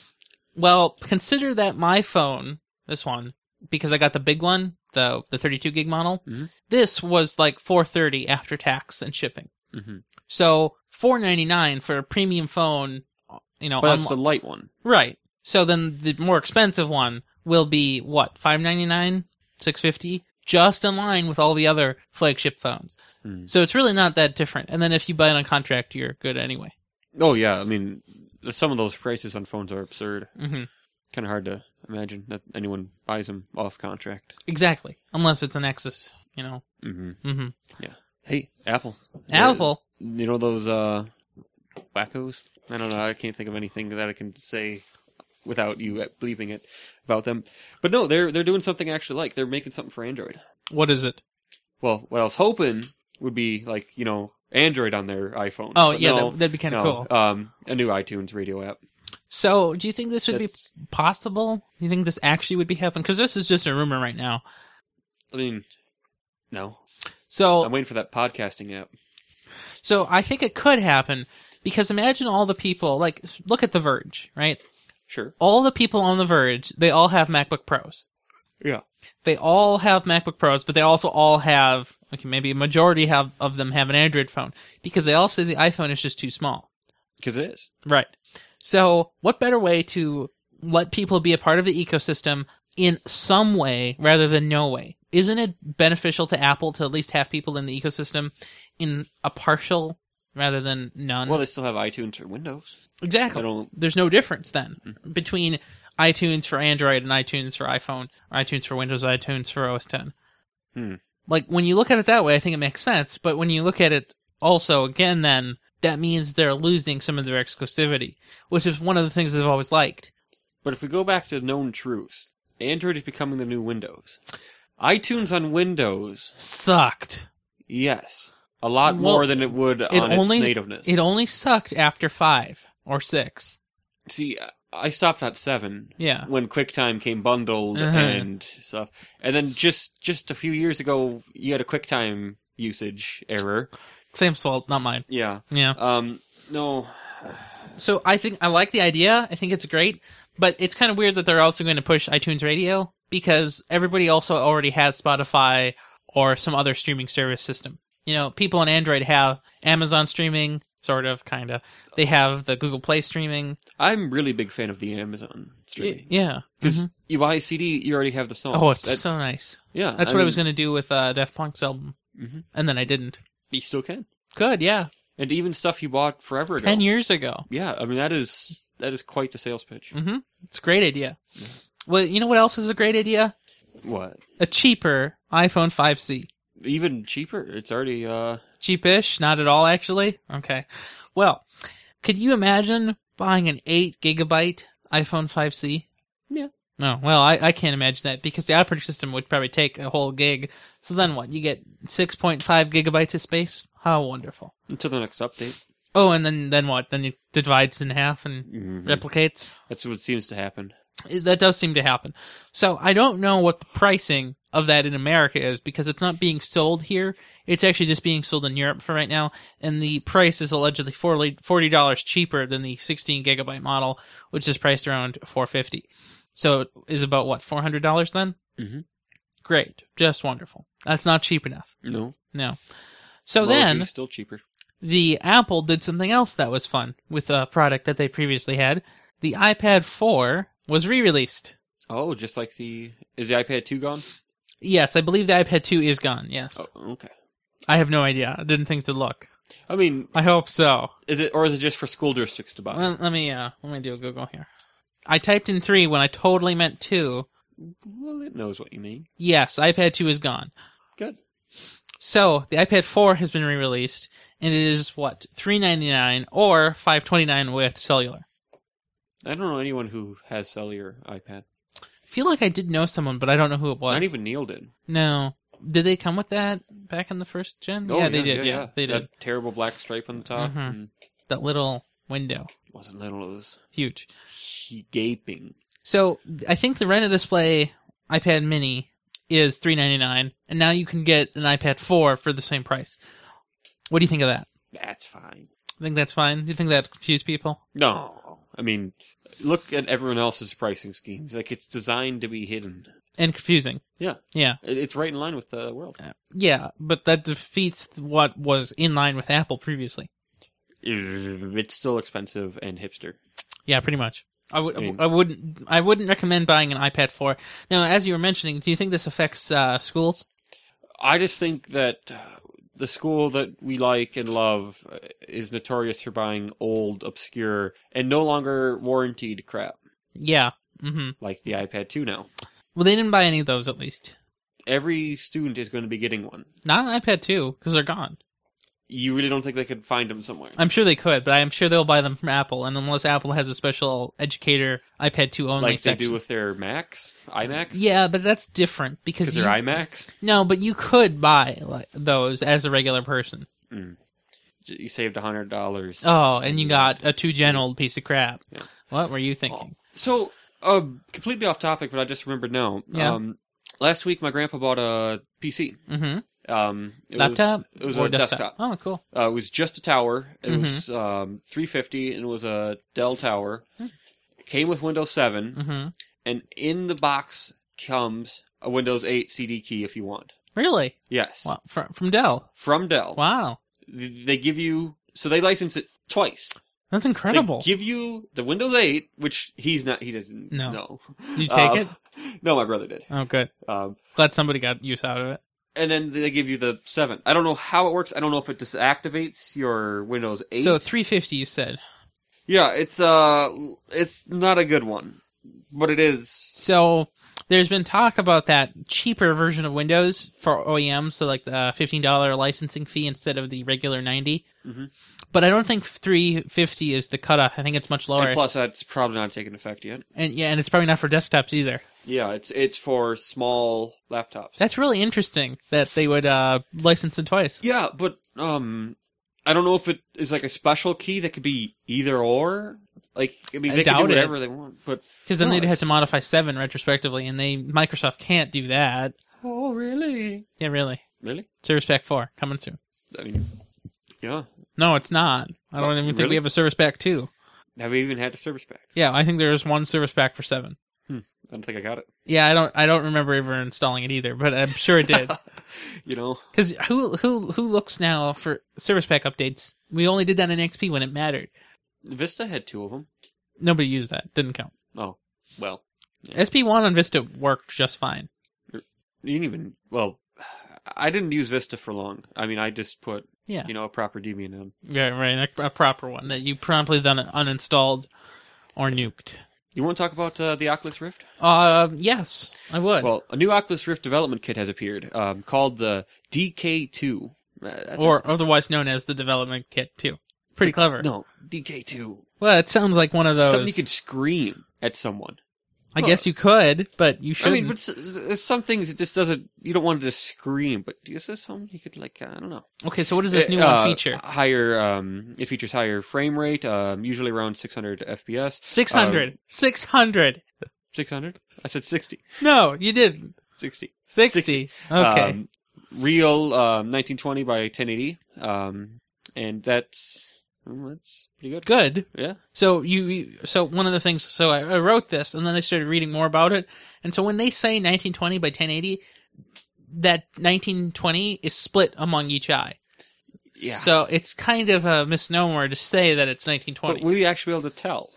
Speaker 2: Well, consider that my phone, this one, because I got the big one, the the 32 gig model.
Speaker 1: Mhm.
Speaker 2: This was like 430 after tax and shipping.
Speaker 1: Mm-hmm.
Speaker 2: So 499 for a premium phone, you know,
Speaker 1: But that's
Speaker 2: unlo-
Speaker 1: the light one.
Speaker 2: right. So then the more expensive one will be what 599, 650, just in line with all the other flagship phones.
Speaker 1: Mm.
Speaker 2: So it's really not that different. And then if you buy it on contract, you're good anyway.
Speaker 1: Oh yeah, I mean, some of those prices on phones are absurd.
Speaker 2: hmm
Speaker 1: Kind of hard to imagine that anyone buys them off contract.
Speaker 2: Exactly, unless it's an Nexus, you know.
Speaker 1: Mm-hmm.
Speaker 2: hmm
Speaker 1: Hey, Apple.
Speaker 2: Apple.
Speaker 1: Uh, you know those uh, wackos? I don't know. I can't think of anything that I can say without you uh, believing it about them. But no, they're they're doing something I actually like. They're making something for Android.
Speaker 2: What is it?
Speaker 1: Well, what I was hoping would be like you know Android on their iPhone.
Speaker 2: Oh
Speaker 1: But
Speaker 2: yeah,
Speaker 1: no,
Speaker 2: that, that'd be kind of
Speaker 1: no,
Speaker 2: cool.
Speaker 1: Um, a new iTunes radio app.
Speaker 2: So, do you think this would
Speaker 1: That's-
Speaker 2: be possible? Do you think this actually would be happening? Because this is just a rumor right now.
Speaker 1: I mean, no.
Speaker 2: So,
Speaker 1: I'm waiting for that podcasting app.
Speaker 2: so I think it could happen because imagine all the people. Like, look at The Verge, right?
Speaker 1: Sure.
Speaker 2: All the people on The Verge, they all have MacBook Pros.
Speaker 1: Yeah.
Speaker 2: They all have MacBook Pros, but they also all have okay, maybe a majority have of them have an Android phone because they all say the iPhone is just too small.
Speaker 1: Because it is.
Speaker 2: Right. So, what better way to let people be a part of the ecosystem in some way rather than no way? Isn't it beneficial to Apple to at least have people in the ecosystem in a partial rather than none?
Speaker 1: Well, they still have iTunes for Windows. I
Speaker 2: exactly.
Speaker 1: don't.
Speaker 2: There's no difference then between iTunes for Android and iTunes for iPhone, or iTunes for Windows, iTunes for OS 10.
Speaker 1: Hmm.
Speaker 2: Like when you look at it that way, I think it makes sense. But when you look at it also again, then that means they're losing some of their exclusivity, which is one of the things that I've always liked.
Speaker 1: But if we go back to known truth, Android is becoming the new Windows. iTunes on Windows,
Speaker 2: Sucked.
Speaker 1: yes, a lot
Speaker 2: Well,
Speaker 1: more than it would on
Speaker 2: only-
Speaker 1: its nativeness.
Speaker 2: It only sucked after five or six.
Speaker 1: See, I stopped at seven
Speaker 2: Yeah.
Speaker 1: when QuickTime came bundled
Speaker 2: Uh-huh.
Speaker 1: and stuff, and then just just a few years ago, you had a QuickTime usage error.
Speaker 2: Sam's fault, not mine.
Speaker 1: Yeah.
Speaker 2: Yeah.
Speaker 1: Um. No.
Speaker 2: So I think I like the idea. I think it's great, but it's kind of weird that they're also going to push iTunes Radio because everybody also already has Spotify or some other streaming service system. You know, people on Android have Amazon streaming, sort of, kind of. They have the Google Play streaming.
Speaker 1: I'm really big fan of the Amazon streaming
Speaker 2: Yeah.
Speaker 1: because
Speaker 2: Mhm.
Speaker 1: you buy a CD, you already have the songs.
Speaker 2: Oh, it's
Speaker 1: That-
Speaker 2: so nice.
Speaker 1: yeah,
Speaker 2: That's what I was going to do with uh, Daft Punk's album,
Speaker 1: Mhm.
Speaker 2: and then I didn't.
Speaker 1: You still can,
Speaker 2: Good, yeah.
Speaker 1: and even stuff you bought forever ago.
Speaker 2: Ten years ago.
Speaker 1: Yeah, I mean that is that is quite the sales pitch.
Speaker 2: Mm-hmm. It's a great idea. Well, you know what else is a great idea?
Speaker 1: What?
Speaker 2: A cheaper iPhone 5C.
Speaker 1: Even cheaper? It's already uh
Speaker 2: cheapish not at all actually okay well could you imagine buying an 8 gigabyte iphone 5c
Speaker 1: Yeah.
Speaker 2: no well I, I can't imagine that because the operating system would probably take a whole gig so then what you get 6.5 gigabytes of space how wonderful
Speaker 1: until the next update.
Speaker 2: oh and then then what then it divides in half and replicates
Speaker 1: That's what seems to happen.
Speaker 2: It- that does seem to happen so i don't know what the pricing of that in america is because it's not being sold here it's actually just being sold in europe for right now and the price is allegedly 40 $40 cheaper than the 16 gigabyte model which is priced around 450 so it is about what $400 then
Speaker 1: Mhm.
Speaker 2: great just wonderful that's not cheap enough
Speaker 1: No.
Speaker 2: no so
Speaker 1: Well,
Speaker 2: then
Speaker 1: geez, still cheaper.
Speaker 2: the Apple did something else that was fun with a product that they previously had. The iPad 4 was re-released.
Speaker 1: Oh, just like the is the iPad two gone?
Speaker 2: Yes, I believe the iPad 2 is gone. Yes.
Speaker 1: Oh, okay.
Speaker 2: I have no idea. I didn't think to look.
Speaker 1: I mean,
Speaker 2: I hope so.
Speaker 1: is it or is it just for school districts to buy?
Speaker 2: Let, let me uh let me do a Google here. I typed in 3 when I totally meant 2.
Speaker 1: well, it knows what you mean.
Speaker 2: Yes, iPad 2 is gone.
Speaker 1: Good.
Speaker 2: So, the iPad 4 has been re-released and it is what? 399 or 529 with cellular.
Speaker 1: I don't know anyone who has cellular iPad.
Speaker 2: I feel like I did know someone, but I don't know who it was.
Speaker 1: Not even Neil did.
Speaker 2: No. Did they come with that back in the first gen?
Speaker 1: Oh,
Speaker 2: yeah, they did. Yeah, they
Speaker 1: That
Speaker 2: did.
Speaker 1: terrible black stripe on the top.
Speaker 2: Mhm.
Speaker 1: and
Speaker 2: That little window.
Speaker 1: it wasn't little. It was
Speaker 2: Huge.
Speaker 1: he- gaping.
Speaker 2: So I think the rent a display iPad mini is three ninety nine, and now you can get an iPad four for the same price. What do you think of that?
Speaker 1: That's fine.
Speaker 2: I think that's fine. Do you think that confused people?
Speaker 1: No, I mean, look at everyone else's pricing schemes. Like it's designed to be hidden.
Speaker 2: and confusing.
Speaker 1: Yeah.
Speaker 2: Yeah.
Speaker 1: It- It's right in line with the world.
Speaker 2: Yeah, but that defeats what was in line with Apple previously.
Speaker 1: It's still expensive and hipster.
Speaker 2: Yeah, pretty much. I would.
Speaker 1: I mean-
Speaker 2: I wouldn't. I wouldn't recommend buying an iPad 4. Now, as you were mentioning, do you think this affects uh, schools?
Speaker 1: I just think that uh, the school that we like and love uh, is notorious for buying old, obscure, and no longer warranted crap,
Speaker 2: Yeah. hmm
Speaker 1: like the iPad 2 now.
Speaker 2: Well, they didn't buy any of those, at least.
Speaker 1: Every student is going to be getting one.
Speaker 2: Not an iPad 2 because they're gone.
Speaker 1: You really don't think they could find them somewhere?
Speaker 2: I'm sure they could, but I'm sure they'll buy them from Apple. And unless Apple has a special educator iPad 2 only
Speaker 1: like they
Speaker 2: section.
Speaker 1: do with their Macs, iMacs?
Speaker 2: yeah, but that's different because
Speaker 1: Because they're
Speaker 2: you-
Speaker 1: iMacs?
Speaker 2: No, but you could buy like, those as a regular person.
Speaker 1: J- You saved $100.
Speaker 2: Oh, and you got a two gen old piece of crap.
Speaker 1: Yeah.
Speaker 2: What were you thinking?
Speaker 1: So, uh, completely off topic, but I just remembered now.
Speaker 2: Yeah.
Speaker 1: Um, last week, my grandpa bought a PC.
Speaker 2: Mm-hmm.
Speaker 1: Um, it
Speaker 2: Laptop
Speaker 1: Was, it was
Speaker 2: or Mm-hmm.
Speaker 1: a desktop.
Speaker 2: Oh, cool.
Speaker 1: Uh, it was just a tower. It was um, 350, and it was a Dell tower. Came with Windows 7,
Speaker 2: hmm
Speaker 1: and in the box comes a Windows 8 CD key if you want.
Speaker 2: Really?
Speaker 1: Yes,
Speaker 2: Wow. From, from Dell.
Speaker 1: from Dell.
Speaker 2: Wow,
Speaker 1: Th- They give you so they license it twice.
Speaker 2: that's incredible.
Speaker 1: They give you the Windows 8, which he's not. He doesn't.
Speaker 2: No.
Speaker 1: know. Uh,
Speaker 2: You take it?
Speaker 1: [LAUGHS] No, my brother did.
Speaker 2: Oh, good.
Speaker 1: Um,
Speaker 2: Glad somebody got use out of it.
Speaker 1: and then they give you the seven. I don't know how it works. I don't know if it disactivates your Windows eight.
Speaker 2: So 350, you said.
Speaker 1: yeah, it's uh, it's not a good one, but it is.
Speaker 2: So there's been talk about that cheaper version of Windows for OEM, so like the uh, fifteen dollar licensing fee instead of the regular 90
Speaker 1: Mhm.
Speaker 2: But I don't think 350 is the cutoff. I think it's much lower.
Speaker 1: And plus, that's probably not taking effect yet.
Speaker 2: and yeah, and it's probably not for desktops either.
Speaker 1: Yeah, it's it's for small laptops.
Speaker 2: That's really interesting that they would uh, license it twice.
Speaker 1: yeah, but um, I don't know if it is like a special key that could be either or. Like, I mean,
Speaker 2: I
Speaker 1: they can do
Speaker 2: doubt it.
Speaker 1: whatever they want, but
Speaker 2: Because then
Speaker 1: No,
Speaker 2: they'd have to
Speaker 1: it's-
Speaker 2: modify seven retrospectively, and they Microsoft can't do that.
Speaker 1: oh, really?
Speaker 2: Yeah, really.
Speaker 1: Really?
Speaker 2: Service Pack four coming soon.
Speaker 1: I mean, yeah.
Speaker 2: No, it's not. I
Speaker 1: Oh,
Speaker 2: don't even think we
Speaker 1: really?
Speaker 2: have a Service Pack two.
Speaker 1: Have we even had the service pack?
Speaker 2: Yeah, I think there's one Service Pack for seven.
Speaker 1: I don't think I got it.
Speaker 2: Yeah, I don't. I don't remember ever installing it either, but I'm sure it
Speaker 1: [LAUGHS]
Speaker 2: did.
Speaker 1: You know,
Speaker 2: Because who who who looks now for Service Pack updates? We only did that in XP when it mattered.
Speaker 1: Vista had two of them.
Speaker 2: Nobody used that. Didn't count.
Speaker 1: Oh, well,
Speaker 2: SP one on Vista worked just fine.
Speaker 1: you didn't even. Well, [SIGHS] I didn't use Vista for long. I mean, I just put
Speaker 2: Yeah.
Speaker 1: you know a proper Debian in.
Speaker 2: Yeah, right. A, a proper one that you promptly then uninstalled or nuked.
Speaker 1: You want to talk about uh, the Oculus Rift?
Speaker 2: Uh, yes, I would.
Speaker 1: Well, a new Oculus Rift development kit has appeared, um, called the DK2, Uh, that's-
Speaker 2: or otherwise known as the development kit too. Pretty clever.
Speaker 1: no DK2,
Speaker 2: Well, it sounds like one of those.
Speaker 1: something you could scream at someone.
Speaker 2: I guess you could, but you
Speaker 1: I
Speaker 2: shouldn't.
Speaker 1: mean, but s- s- some things it just doesn't. You don't want to just scream, but is this something you could like? I don't know.
Speaker 2: okay, so what does this new
Speaker 1: Uh,
Speaker 2: one feature?
Speaker 1: Higher. Um, it features higher frame rate, um, usually around 600 FPS.
Speaker 2: 600. 600.
Speaker 1: 600? I said 60.
Speaker 2: No, you didn't.
Speaker 1: 60.
Speaker 2: 60. Okay.
Speaker 1: Um, real um, 1920 by 1080. Um, and that's mm, that's pretty good.
Speaker 2: Good.
Speaker 1: Yeah.
Speaker 2: So you, you, so one of the things, so I, I wrote this and then I started reading more about it. And so when they say 1920 by 1080, that 1920 is split among each eye.
Speaker 1: Yeah.
Speaker 2: So it's kind of a misnomer to say that it's 1920.
Speaker 1: But will you actually be able to tell?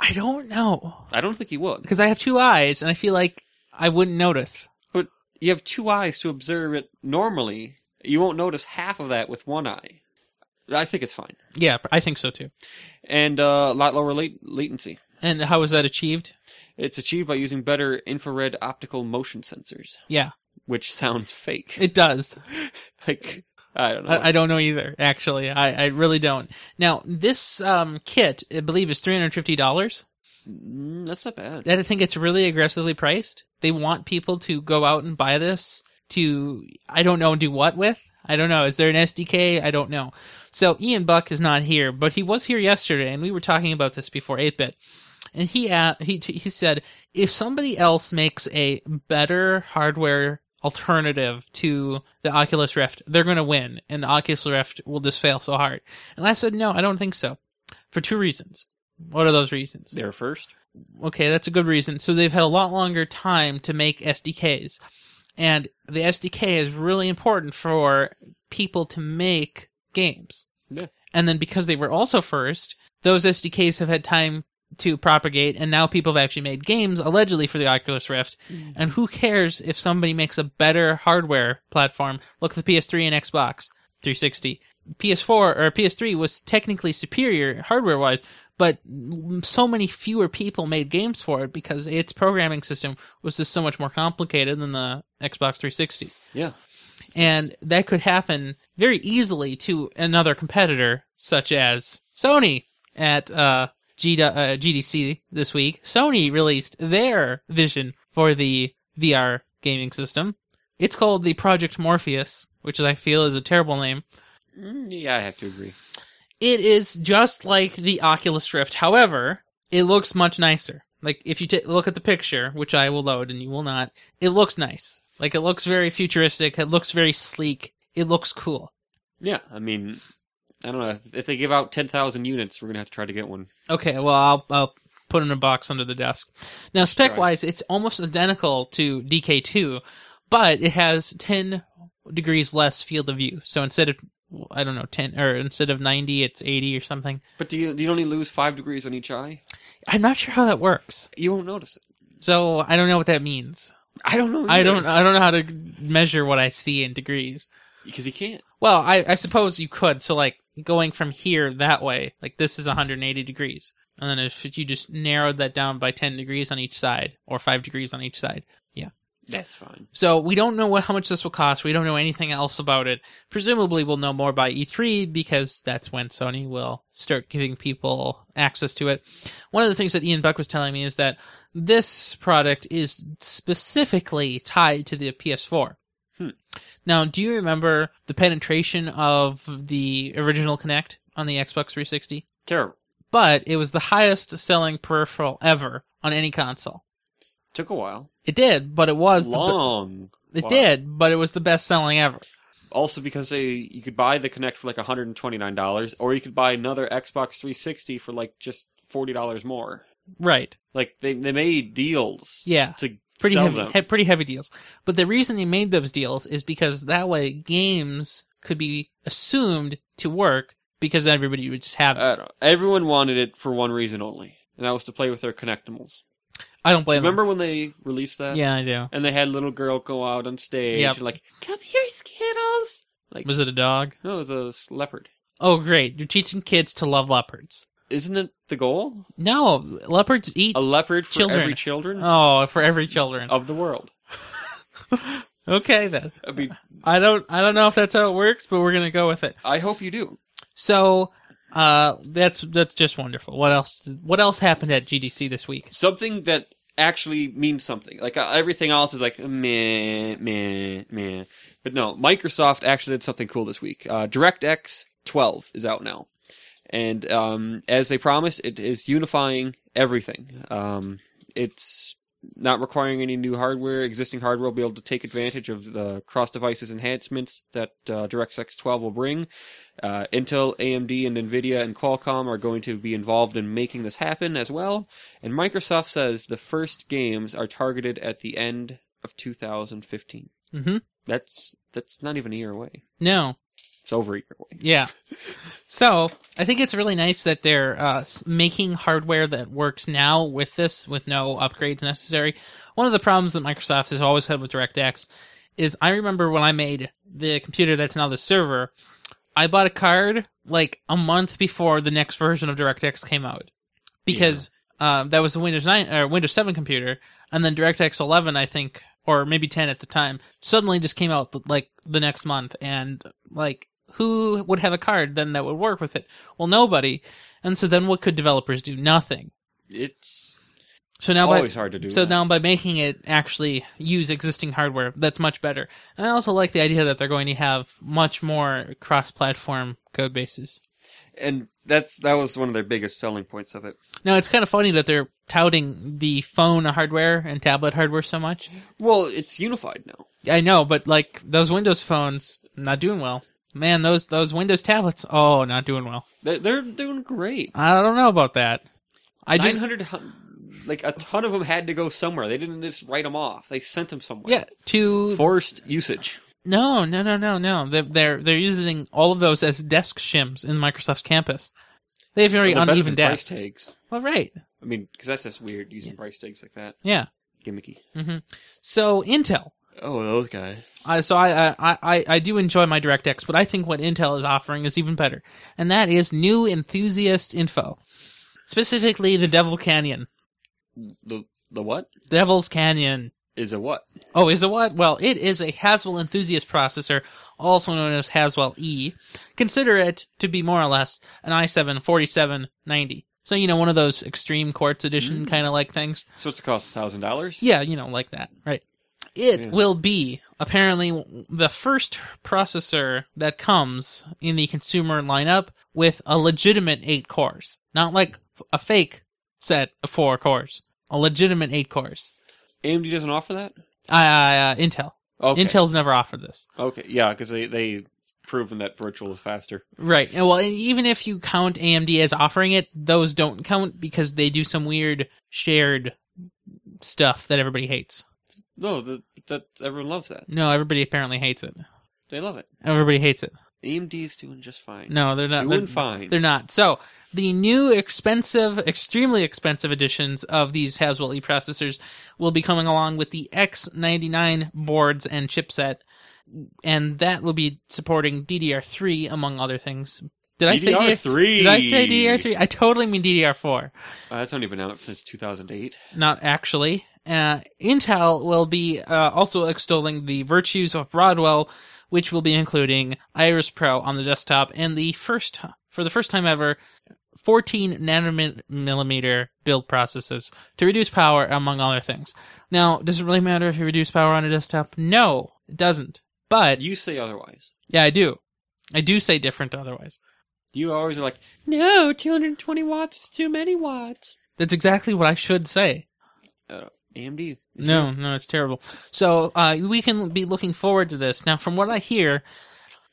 Speaker 2: I don't know
Speaker 1: I don't think you would.
Speaker 2: because I have two eyes and I feel like I wouldn't notice.
Speaker 1: But you have two eyes to observe it normally. You won't notice half of that with one eye. I think it's fine.
Speaker 2: Yeah, I think so too.
Speaker 1: And uh, a lot lower late- latency.
Speaker 2: And how was that achieved?
Speaker 1: It's achieved by using better infrared optical motion sensors,
Speaker 2: Yeah,
Speaker 1: which sounds fake.
Speaker 2: it does.
Speaker 1: [LAUGHS] like, I don't know.
Speaker 2: I, I don't know either. Actually, I, I really don't. Now this um, kit, I believe, is three hundred fifty dollars.
Speaker 1: Mm, that's not bad.
Speaker 2: That I think it's really aggressively priced. They want people to go out and buy this to I don't know do what with. I don't know. Is there an SDK? I don't know. So Ian Buck is not here, but he was here yesterday, and we were talking about this before 8-bit. And he a he t- he said if somebody else makes a better hardware alternative to the Oculus Rift, they're going to win, and the Oculus Rift will just fail so hard. And I said no, I don't think so, for two reasons. What are those reasons?
Speaker 1: There first.
Speaker 2: Okay, that's a good reason. So they've had a lot longer time to make SDKs. And the SDK is really important for people to make games.
Speaker 1: Yeah.
Speaker 2: And then because they were also first, those SDKs have had time to propagate, and now people have actually made games allegedly for the Oculus Rift. And who cares if somebody makes a better hardware platform? Look at the PS3 and Xbox 360. PS4 or PS3 was technically superior hardware wise, but so many fewer people made games for it because its programming system was just so much more complicated than the Xbox 360.
Speaker 1: Yeah.
Speaker 2: And that could happen very easily to another competitor, such as Sony at uh, G- uh, GDC this week. Sony released their vision for the VR gaming system. It's called the Project Morpheus, which I feel is a terrible name.
Speaker 1: Mm, Yeah, I have to agree.
Speaker 2: It is just like the Oculus Rift. However, it looks much nicer. Like if you t- look at the picture, which I will load and you will not, it looks nice. Like it looks very futuristic. It looks very sleek. It looks cool.
Speaker 1: Yeah, I mean, I don't know if they give out ten thousand units, we're gonna have to try to get one.
Speaker 2: Okay, well I'll I'll put it in a box under the desk. Now spec wise, it's almost identical to DK2, but it has 10 degrees less field of view. So instead of I don't know 10 or instead of 90, it's 80 or something.
Speaker 1: But do you do you only lose five degrees on each eye?
Speaker 2: I'm not sure how that works.
Speaker 1: You won't notice it.
Speaker 2: So I don't know what that means.
Speaker 1: I don't know.
Speaker 2: I don't I don't know how to measure what I see in degrees.
Speaker 1: because you can't.
Speaker 2: Well, I, I suppose you could. So like going from here that way, like this is 180 degrees. And then if you just narrowed that down by 10 degrees on each side or 5 degrees on each side.
Speaker 1: That's fine.
Speaker 2: So we don't know what how much this will cost. We don't know anything else about it. Presumably we'll know more by E3 because that's when Sony will start giving people access to it. One of the things that Ian Buck was telling me is that this product is specifically tied to the PS4.
Speaker 1: Hmm.
Speaker 2: Now, do you remember the penetration of the original Connect on the Xbox 360?
Speaker 1: Terrible.
Speaker 2: But it was the highest selling peripheral ever on any console.
Speaker 1: Took a while.
Speaker 2: It did, but it was the,
Speaker 1: Long.
Speaker 2: it
Speaker 1: Wow.
Speaker 2: did, but it was the best selling ever.
Speaker 1: Also, because they you could buy the Connect for like one hundred and twenty nine dollars, or you could buy another Xbox three sixty for like just forty dollars more.
Speaker 2: Right.
Speaker 1: Like they they made deals.
Speaker 2: Yeah.
Speaker 1: To
Speaker 2: Pretty
Speaker 1: sell
Speaker 2: heavy,
Speaker 1: them.
Speaker 2: he- pretty heavy deals. But the reason they made those deals is because that way games could be assumed to work because then everybody would just have it.
Speaker 1: I don't know. Everyone wanted it for one reason only, and that was to play with their Connectimals.
Speaker 2: I don't blame
Speaker 1: Remember when they released that?
Speaker 2: them. Yeah, I do.
Speaker 1: And they had little girl go out on stage
Speaker 2: Yep.
Speaker 1: and like, "Come here, Skittles." Like,
Speaker 2: Was it a dog?
Speaker 1: no, it was a leopard.
Speaker 2: Oh, great! You're teaching kids to love leopards.
Speaker 1: Isn't it the goal?
Speaker 2: No, leopards eat.
Speaker 1: A leopard for
Speaker 2: Children.
Speaker 1: every children
Speaker 2: Oh, for every children.
Speaker 1: of the world.
Speaker 2: Okay then.
Speaker 1: I mean,
Speaker 2: I don't. I don't know if that's how it works, but we're gonna go with it.
Speaker 1: I hope you do.
Speaker 2: So, uh, that's that's just wonderful. What else? What else happened at GDC this week?
Speaker 1: Something that actually means something. Like uh, everything else is like meh, meh, meh. But no, Microsoft actually did something cool this week. Uh, DirectX 12 is out now, and um, as they promised, it is unifying everything. Um, it's not requiring any new hardware. Existing hardware will be able to take advantage of the cross devices enhancements that uh, DirectX 12 will bring. Uh, Intel, AMD, and NVIDIA and Qualcomm are going to be involved in making this happen as well. And Microsoft says the first games are targeted at the end of 2015.
Speaker 2: Mm-hmm.
Speaker 1: That's that's not even a year away.
Speaker 2: No,
Speaker 1: It's over a year away.
Speaker 2: Yeah. So I think it's really nice that they're uh, s- making hardware that works now with this, with no upgrades necessary. One of the problems that Microsoft has always had with DirectX is I remember when I made the computer that's now the server, I bought a card like a month before the next version of DirectX came out because uh, that was the Windows nine or Windows seven computer, and then DirectX eleven, I think, or maybe ten at the time, suddenly just came out th- like the next month, and like who would have a card then that would work with it? Well, nobody, and so then what could developers do? Nothing.
Speaker 1: It's
Speaker 2: So now by,
Speaker 1: always hard to do.
Speaker 2: so
Speaker 1: that.
Speaker 2: now by making it actually use existing hardware, that's much better. And I also like the idea that they're going to have much more cross-platform code bases.
Speaker 1: and that's that was one of their biggest selling points of it.
Speaker 2: Now it's kind of funny that they're touting the phone hardware and tablet hardware so much.
Speaker 1: Well, it's unified now.
Speaker 2: I know, but like those Windows phones, not doing well. Man, those those Windows tablets, oh, not doing well.
Speaker 1: They're, they're doing great.
Speaker 2: I don't know about that. I just
Speaker 1: Nine hundred like a ton of them had to go somewhere. They didn't just write them off. They sent them somewhere.
Speaker 2: Yeah, to
Speaker 1: Forced usage.
Speaker 2: no, no, no, no, no. They're they're, they're using all of those as desk shims in Microsoft's campus. They have very
Speaker 1: They're better
Speaker 2: uneven
Speaker 1: than price
Speaker 2: desks.
Speaker 1: tags.
Speaker 2: Well, right.
Speaker 1: I mean, because that's just weird using price tags like that.
Speaker 2: Yeah.
Speaker 1: Gimmicky.
Speaker 2: Mm-hmm. So Intel.
Speaker 1: Oh, those guys.
Speaker 2: Uh, so I, I- I I I do enjoy my DirectX, but I think what Intel is offering is even better, and that is new enthusiast info, specifically the Devil Canyon,
Speaker 1: The the what
Speaker 2: Devil's Canyon.
Speaker 1: is a what?
Speaker 2: Oh, is it what? Well, it is a Haswell enthusiast processor, also known as Haswell E. Consider it to be more or less an i7 4790. So you know one of those extreme quartz
Speaker 1: Mm.
Speaker 2: edition kind of like things.
Speaker 1: So it's to cost thousand dollars.
Speaker 2: Yeah, you know, like that, right? It
Speaker 1: Yeah.
Speaker 2: will be apparently the first processor that comes in the consumer lineup with a legitimate eight cores, not like a fake set of four cores. A legitimate eight cores.
Speaker 1: AMD doesn't offer that.
Speaker 2: Uh, Intel.
Speaker 1: Okay.
Speaker 2: Intel's never offered this,
Speaker 1: Okay. Yeah, because they they proven that virtual is faster.
Speaker 2: right? and Well, and even if you count AMD as offering it, those don't count because they do some weird shared stuff that everybody hates.
Speaker 1: No, the, that everyone loves that.
Speaker 2: No, everybody apparently hates it.
Speaker 1: They love it.
Speaker 2: Everybody hates it.
Speaker 1: AMD is doing just fine.
Speaker 2: No, they're not
Speaker 1: doing
Speaker 2: they're,
Speaker 1: fine.
Speaker 2: They're not. So the new expensive, extremely expensive editions of these Haswell E processors will be coming along with the X99 boards and chipset, and that will be supporting DDR3 among other things. Did I say
Speaker 1: DDR3?
Speaker 2: Did I say DDR3? I totally mean DDR4.
Speaker 1: Uh, that's only been out since 2008.
Speaker 2: Not actually. Uh, Intel will be uh, also extolling the virtues of Broadwell, which will be including Iris Pro on the desktop and the first, for the first time ever, 14 nanomillimeter build processes to reduce power, among other things. Now, does it really matter if you reduce power on a desktop? No, it doesn't. But
Speaker 1: You say otherwise.
Speaker 2: yeah, I do. I do say different otherwise.
Speaker 1: You always are like, no, 220 watts is too many watts.
Speaker 2: That's exactly what I should say.
Speaker 1: Uh, AMD. is
Speaker 2: No, no, it's terrible. So uh, we can be looking forward to this. Now, from what I hear,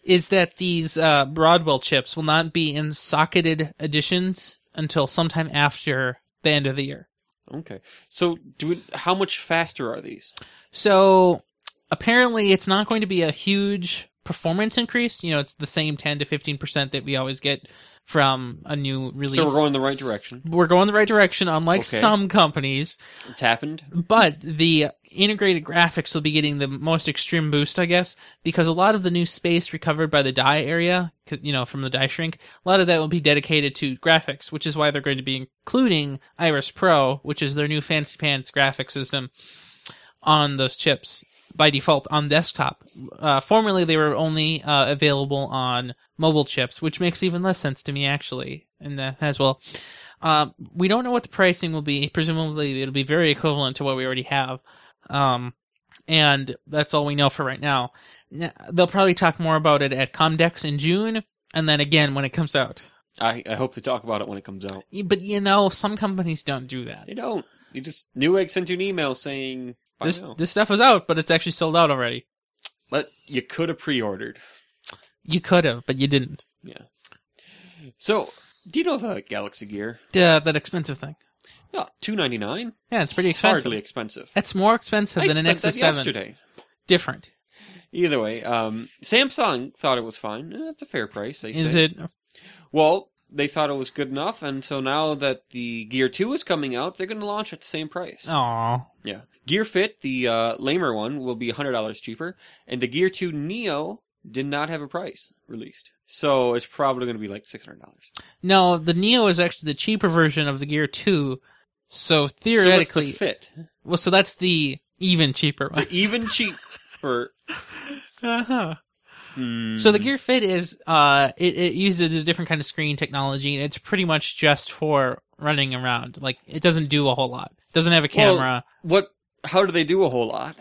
Speaker 2: is that these uh, Broadwell chips will not be in socketed editions until sometime after the end of the year.
Speaker 1: Okay. So, do we, how much faster are these?
Speaker 2: So apparently, it's not going to be a huge performance increase. You know, it's the same ten to fifteen percent that we always get from a new release.
Speaker 1: So we're going the right direction.
Speaker 2: We're going the right direction, unlike
Speaker 1: Okay.
Speaker 2: some companies.
Speaker 1: It's happened.
Speaker 2: But the integrated graphics will be getting the most extreme boost, I guess, because a lot of the new space recovered by the die area, 'cause, you know, from the die shrink, a lot of that will be dedicated to graphics, which is why they're going to be including Iris Pro, which is their new fancy pants graphic system, on those chips by default on desktop. Uh, formerly, they were only uh, available on mobile chips, which makes even less sense to me, actually, in the, as well. Uh, we don't know what the pricing will be. Presumably, it'll be very equivalent to what we already have. Um, and that's all we know for right now. N- They'll probably talk more about it at Comdex in June, and then again when it comes out.
Speaker 1: I, I hope they talk about it when it comes out.
Speaker 2: Y- But you know, some companies don't do that.
Speaker 1: They don't. You just Newegg sent you an email saying, buy
Speaker 2: This
Speaker 1: now.
Speaker 2: this stuff was out, but it's actually sold out already.
Speaker 1: but you could have pre-ordered.
Speaker 2: You could have, but you didn't.
Speaker 1: So, do you know the Galaxy Gear?
Speaker 2: Uh, that expensive thing.
Speaker 1: Yeah, two ninety nine.
Speaker 2: Yeah, it's pretty expensive.
Speaker 1: Hardly expensive.
Speaker 2: That's more expensive
Speaker 1: I
Speaker 2: than
Speaker 1: spent
Speaker 2: an
Speaker 1: that
Speaker 2: Nexus Seven.
Speaker 1: yesterday.
Speaker 2: Different,
Speaker 1: Either way, um, Samsung thought it was fine. Eh, That's a fair price. They
Speaker 2: is
Speaker 1: say.
Speaker 2: it?
Speaker 1: Well, they thought it was good enough, and so now that the Gear Two is coming out, they're going to launch at the same price.
Speaker 2: Aw,
Speaker 1: Yeah, Gear Fit, the uh, lamer one, will be hundred dollars cheaper, and the Gear Two Neo did not have a price released, so it's probably going to be like six hundred dollars.
Speaker 2: no. The Neo is actually the cheaper version of the Gear Two,
Speaker 1: so
Speaker 2: so theoretically,
Speaker 1: what's the Fit
Speaker 2: Well, so that's the even cheaper
Speaker 1: [LAUGHS]
Speaker 2: one.
Speaker 1: even cheaper.
Speaker 2: Uh-huh.
Speaker 1: Hmm.
Speaker 2: So the Gear Fit is uh, it, it uses a different kind of screen technology, and it's pretty much just for running around. Like it doesn't do a whole lot. doesn't have a
Speaker 1: Well-
Speaker 2: camera.
Speaker 1: what? How do they do a whole lot?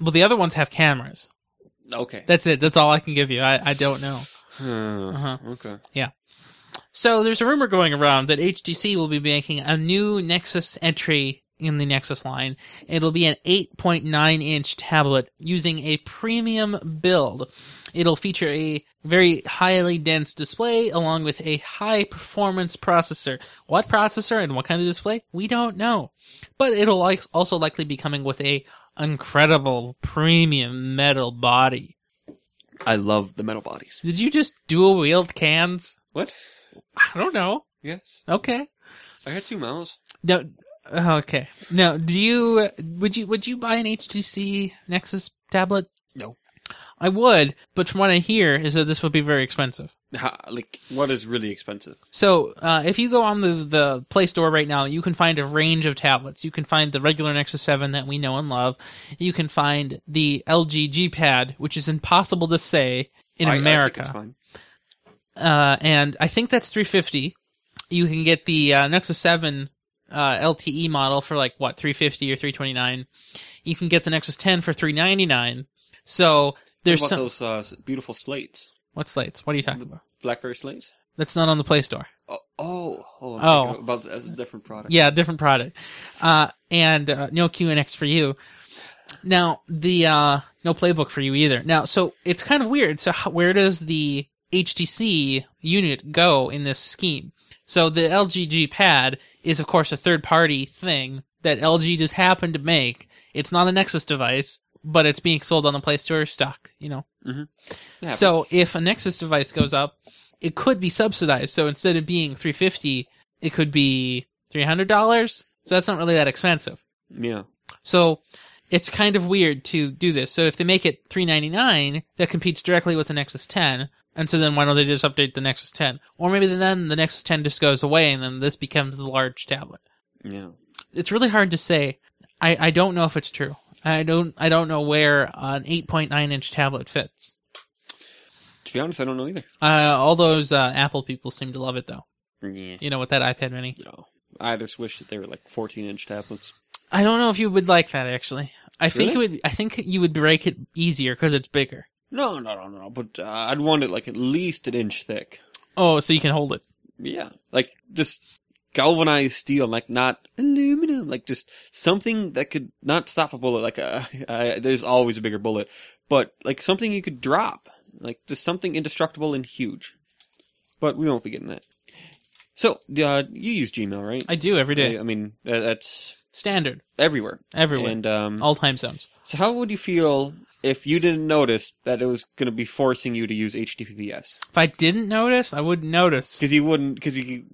Speaker 2: Well, the other ones have cameras.
Speaker 1: Okay.
Speaker 2: That's it. That's all I can give you. I, I don't know.
Speaker 1: Hmm.
Speaker 2: Uh-huh.
Speaker 1: Okay.
Speaker 2: So there's a rumor going around that HTC will be making a new Nexus entry in the Nexus line. It'll be an 8.9 inch tablet using a premium build. It'll feature a very highly dense display along with a high performance processor. What processor and what kind of display? We don't know. But it'll like- also likely be coming with a incredible premium metal body.
Speaker 1: I love the metal bodies.
Speaker 2: Did you just dual wield cans?
Speaker 1: What?
Speaker 2: I don't know.
Speaker 1: Yes.
Speaker 2: Okay.
Speaker 1: I had two mouths.
Speaker 2: No. uh, Okay. No. Do you would you would you buy an HTC Nexus tablet?
Speaker 1: No.
Speaker 2: I would, but from what I hear is that this would be very expensive.
Speaker 1: Ha, like, what is really expensive?
Speaker 2: So, uh, if you go on the, the Play Store right now, you can find a range of tablets. You can find the regular Nexus 7 that we know and love. You can find the LG G Pad, which is impossible to say in
Speaker 1: I- I think
Speaker 2: America.
Speaker 1: it's fine.
Speaker 2: uh, and I think that's 350. You can get the uh, Nexus 7 uh, LTE model for like what 350 or 329. You can get the Nexus 10 for 399. So there's
Speaker 1: what about
Speaker 2: some
Speaker 1: those uh, s- beautiful slates?
Speaker 2: what slates? What are you talking about?
Speaker 1: Blackberry slates?
Speaker 2: That's not on the Play Store.
Speaker 1: Oh, oh, oh, I'm
Speaker 2: Oh.
Speaker 1: thinking about that's a different product.
Speaker 2: Yeah, different product. Uh, and uh, no QNX for you. Now the uh, no playbook for you either. Now, so it's kind of weird. So how, where does the HTC unit go in this scheme? So the LG G Pad is of course a third party thing that LG just happened to make. It's not a Nexus device, but it's being sold on the Play Store stock. You know.
Speaker 1: Yeah,
Speaker 2: So if a Nexus device goes up, it could be subsidized. So instead of being 350, it could be $300. So that's not really that expensive.
Speaker 1: yeah,
Speaker 2: So it's kind of weird to do this. So if they make it 399, that competes directly with the Nexus 10. And so then why don't they just update the Nexus 10? Or maybe then the Nexus 10 just goes away and then this becomes the large tablet.
Speaker 1: yeah.
Speaker 2: It's really hard to say. I, I don't know if it's true. I don't I don't know where an 8.9 inch tablet fits.
Speaker 1: To be honest, I don't know either.
Speaker 2: Uh, all those uh, Apple people seem to love it though.
Speaker 1: Yeah.
Speaker 2: You know, with that iPad Mini.
Speaker 1: No. I just wish that they were like 14 inch tablets.
Speaker 2: I don't know if you would like that actually. I think it would. I think you would break it easier because it's bigger.
Speaker 1: No, no, no, no. But uh, I'd want it like at least an inch thick.
Speaker 2: Oh, so you can hold it.
Speaker 1: Yeah, like just galvanized steel, like not aluminum, like just something that could not stop a bullet. Like a, [LAUGHS] I, there's always a bigger bullet, but like something you could drop, like just something indestructible and huge. But we won't be getting that. So uh, you use Gmail, right?
Speaker 2: I do every day.
Speaker 1: I, I mean, uh, that's
Speaker 2: Standard
Speaker 1: everywhere.
Speaker 2: everywhere,
Speaker 1: And um,
Speaker 2: all time zones.
Speaker 1: so, how would you feel if you didn't notice that it was going to be forcing you to use HTTPS?
Speaker 2: If I didn't notice, I wouldn't notice.
Speaker 1: Because you wouldn't. Because you,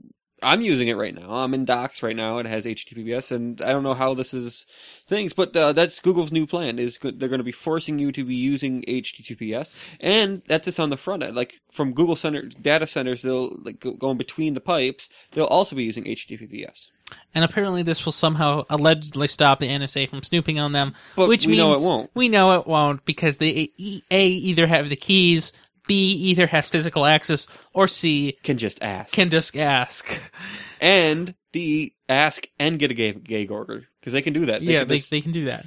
Speaker 1: I'm using it right now. I'm in Docs right now. It has HTTPS, and I don't know how this is things, but uh, that's Google's new plan. Is go- they're going to be forcing you to be using HTTPS, and that's just on the front end. Like from Google Center data centers, they'll like go- going between the pipes. They'll also be using HTTPS.
Speaker 2: And apparently, this will somehow allegedly stop the NSA from snooping on them,
Speaker 1: But
Speaker 2: which
Speaker 1: we
Speaker 2: means
Speaker 1: know it won't.
Speaker 2: We know it won't because they e- a either have the keys, b either have physical access, or c
Speaker 1: Can just ask.
Speaker 2: can just ask. [LAUGHS]
Speaker 1: and the ask and get a gay, gay order because they can do that.
Speaker 2: yeah,
Speaker 1: can
Speaker 2: they,
Speaker 1: just-
Speaker 2: they can do that.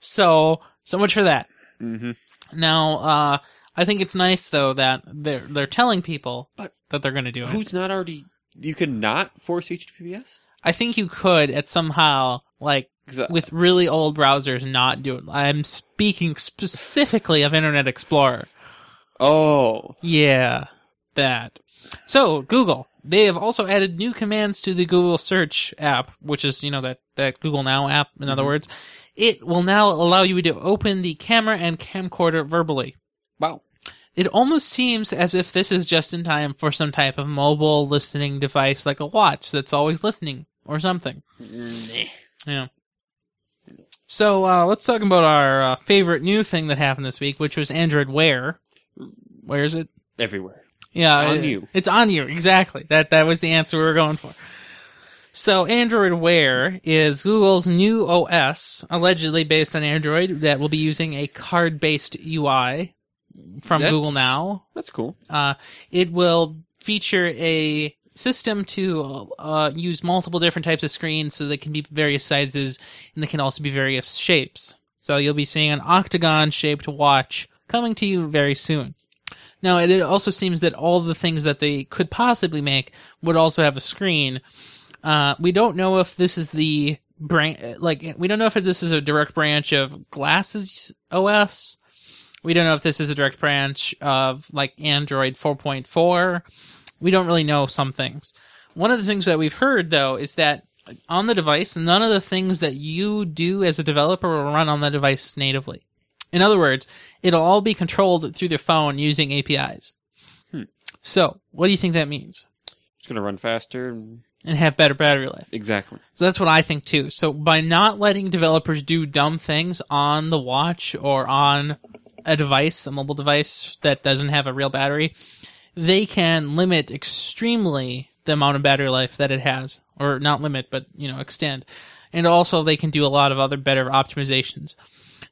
Speaker 2: So, so much for that.
Speaker 1: Mhm.
Speaker 2: Now, uh, I think it's nice though that they're they're telling people
Speaker 1: But
Speaker 2: that they're going to do it.
Speaker 1: Who's not already? You can not force HTTPS
Speaker 2: I think you could at somehow like
Speaker 1: because
Speaker 2: with really old browsers not do it. I'm speaking specifically of Internet Explorer.
Speaker 1: oh
Speaker 2: Yeah, that. So Google, they have also added new commands to the Google Search app, which is you know that that Google Now app. In other
Speaker 1: Mhm.
Speaker 2: words, it will now allow you to open the camera and camcorder verbally.
Speaker 1: wow
Speaker 2: It almost seems as if this is just in time for some type of mobile listening device like a watch that's always listening or something. Yeah. So uh, let's talk about our uh, favorite new thing that happened this week, which was Android Wear. Where is it?
Speaker 1: everywhere.
Speaker 2: Yeah,
Speaker 1: It's on
Speaker 2: it-
Speaker 1: you.
Speaker 2: It's on you. Exactly. That that was the answer we were going for. So Android Wear is Google's new OS, allegedly based on Android, that will be using a card-based UI from
Speaker 1: That's-
Speaker 2: Google Now.
Speaker 1: That's cool.
Speaker 2: Uh, it will feature a system to uh, use multiple different types of screens so they can be various sizes and they can also be various shapes. So you'll be seeing an octagon shaped watch coming to you very soon. Now, it it also seems that all the things that they could possibly make would also have a screen. Uh, we don't know if this is the brain like we don't know if this is a direct branch of glasses os we don't know if this is a direct branch of like android 4.4 we don't really know some things one of the things that we've heard though is that on the device none of the things that you do as a developer will run on the device natively in other words it'll all be controlled through the phone using apis
Speaker 1: Hmm.
Speaker 2: so what do you think that means
Speaker 1: It's going to run faster. and-
Speaker 2: and have better battery life
Speaker 1: Exactly.
Speaker 2: So that's what I think too. So by not letting developers do dumb things on the watch or on a device, a mobile device that doesn't have a real battery, they can limit extremely the amount of battery life that it has, or not limit, but you know extend. And also, they can do a lot of other better optimizations.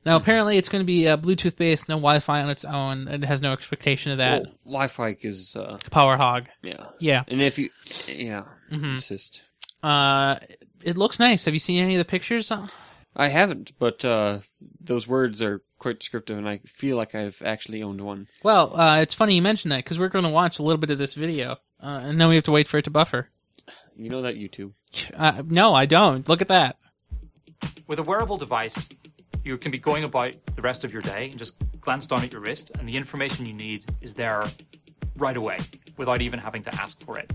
Speaker 2: Now, apparently, it's going to be uh, Bluetooth based, no Wi-Fi on its own. It has no expectation of that.
Speaker 1: Well, Wi-Fi is uh,
Speaker 2: Power hog,
Speaker 1: yeah,
Speaker 2: yeah.
Speaker 1: and if you yeah, it's just
Speaker 2: Uh, it looks nice. Have you seen any of the pictures? Uh,
Speaker 1: I haven't, but uh, those words are quite descriptive, and I feel like I've actually owned one.
Speaker 2: Well, uh, it's funny you mentioned that because we're going to watch a little bit of this video, uh, and then we have to wait for it to buffer.
Speaker 1: You know that YouTube.
Speaker 2: Uh, no, I don't. Look at that.
Speaker 3: With a wearable device, you can be going about the rest of your day and just glance down at your wrist, and the information you need is there right away without even having to ask for it.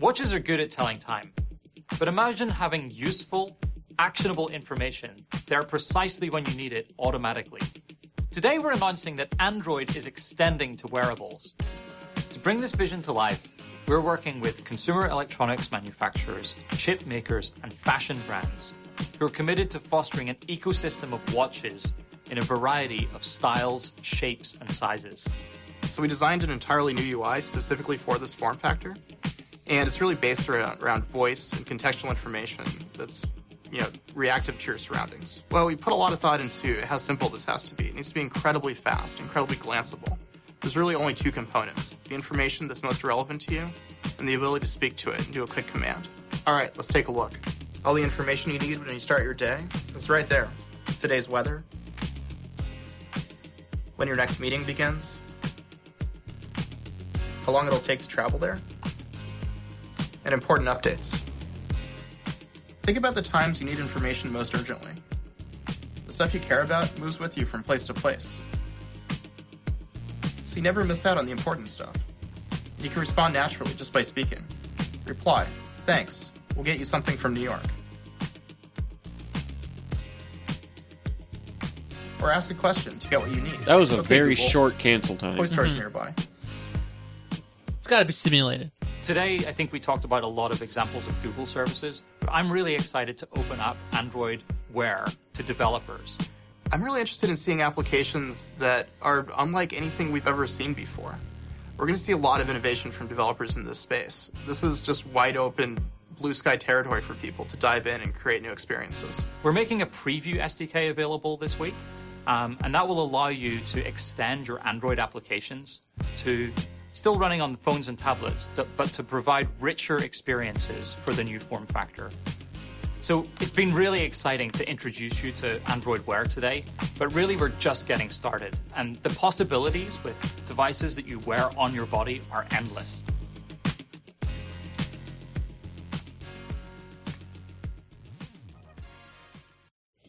Speaker 3: Watches are good at telling time, but imagine having useful, actionable information there precisely when you need it automatically. Today, we're announcing that Android is extending to wearables. To bring this vision to life, we're working with consumer electronics manufacturers, chip makers, and fashion brands who are committed to fostering an ecosystem of watches in a variety of styles, shapes, and sizes.
Speaker 4: So we designed an entirely new UI specifically for this form factor, and it's really based around, around voice and contextual information that's you know reactive to your surroundings. Well, we put a lot of thought into how simple this has to be. It needs to be incredibly fast, incredibly glanceable. There's really only two components: the information that's most relevant to you, and the ability to speak to it and do a quick command. All right, let's take a look. All the information you need when you start your day is right there. Today's weather, when your next meeting begins, how long it'll take to travel there, and important updates. Think about the times you need information most urgently. The stuff you care about moves with you from place to place. So you never miss out on the important stuff. You can respond naturally just by speaking. Reply, thanks, we'll get you something from New York. Or ask a question to get what you need.
Speaker 1: That was a
Speaker 4: Okay,
Speaker 1: very
Speaker 4: Google.
Speaker 1: short Mm-hmm. cancel time.
Speaker 4: Toy Store's nearby.
Speaker 2: It's got to be stimulated.
Speaker 3: Today, I think we talked about a lot of examples of Google services, but I'm really excited to open up Android Wear to developers.
Speaker 4: I'm really interested in seeing applications that are unlike anything we've ever seen before. We're going to see a lot of innovation from developers in this space. This is just wide open, blue sky territory for people to dive in and create new experiences.
Speaker 3: We're making a preview SDK available this week, um, and that will allow you to extend your Android applications to still running on phones and tablets, th- but to provide richer experiences for the new form factor. So it's been really exciting to introduce you to Android Wear today, but really we're just getting started, and the possibilities with devices that you wear on your body are endless.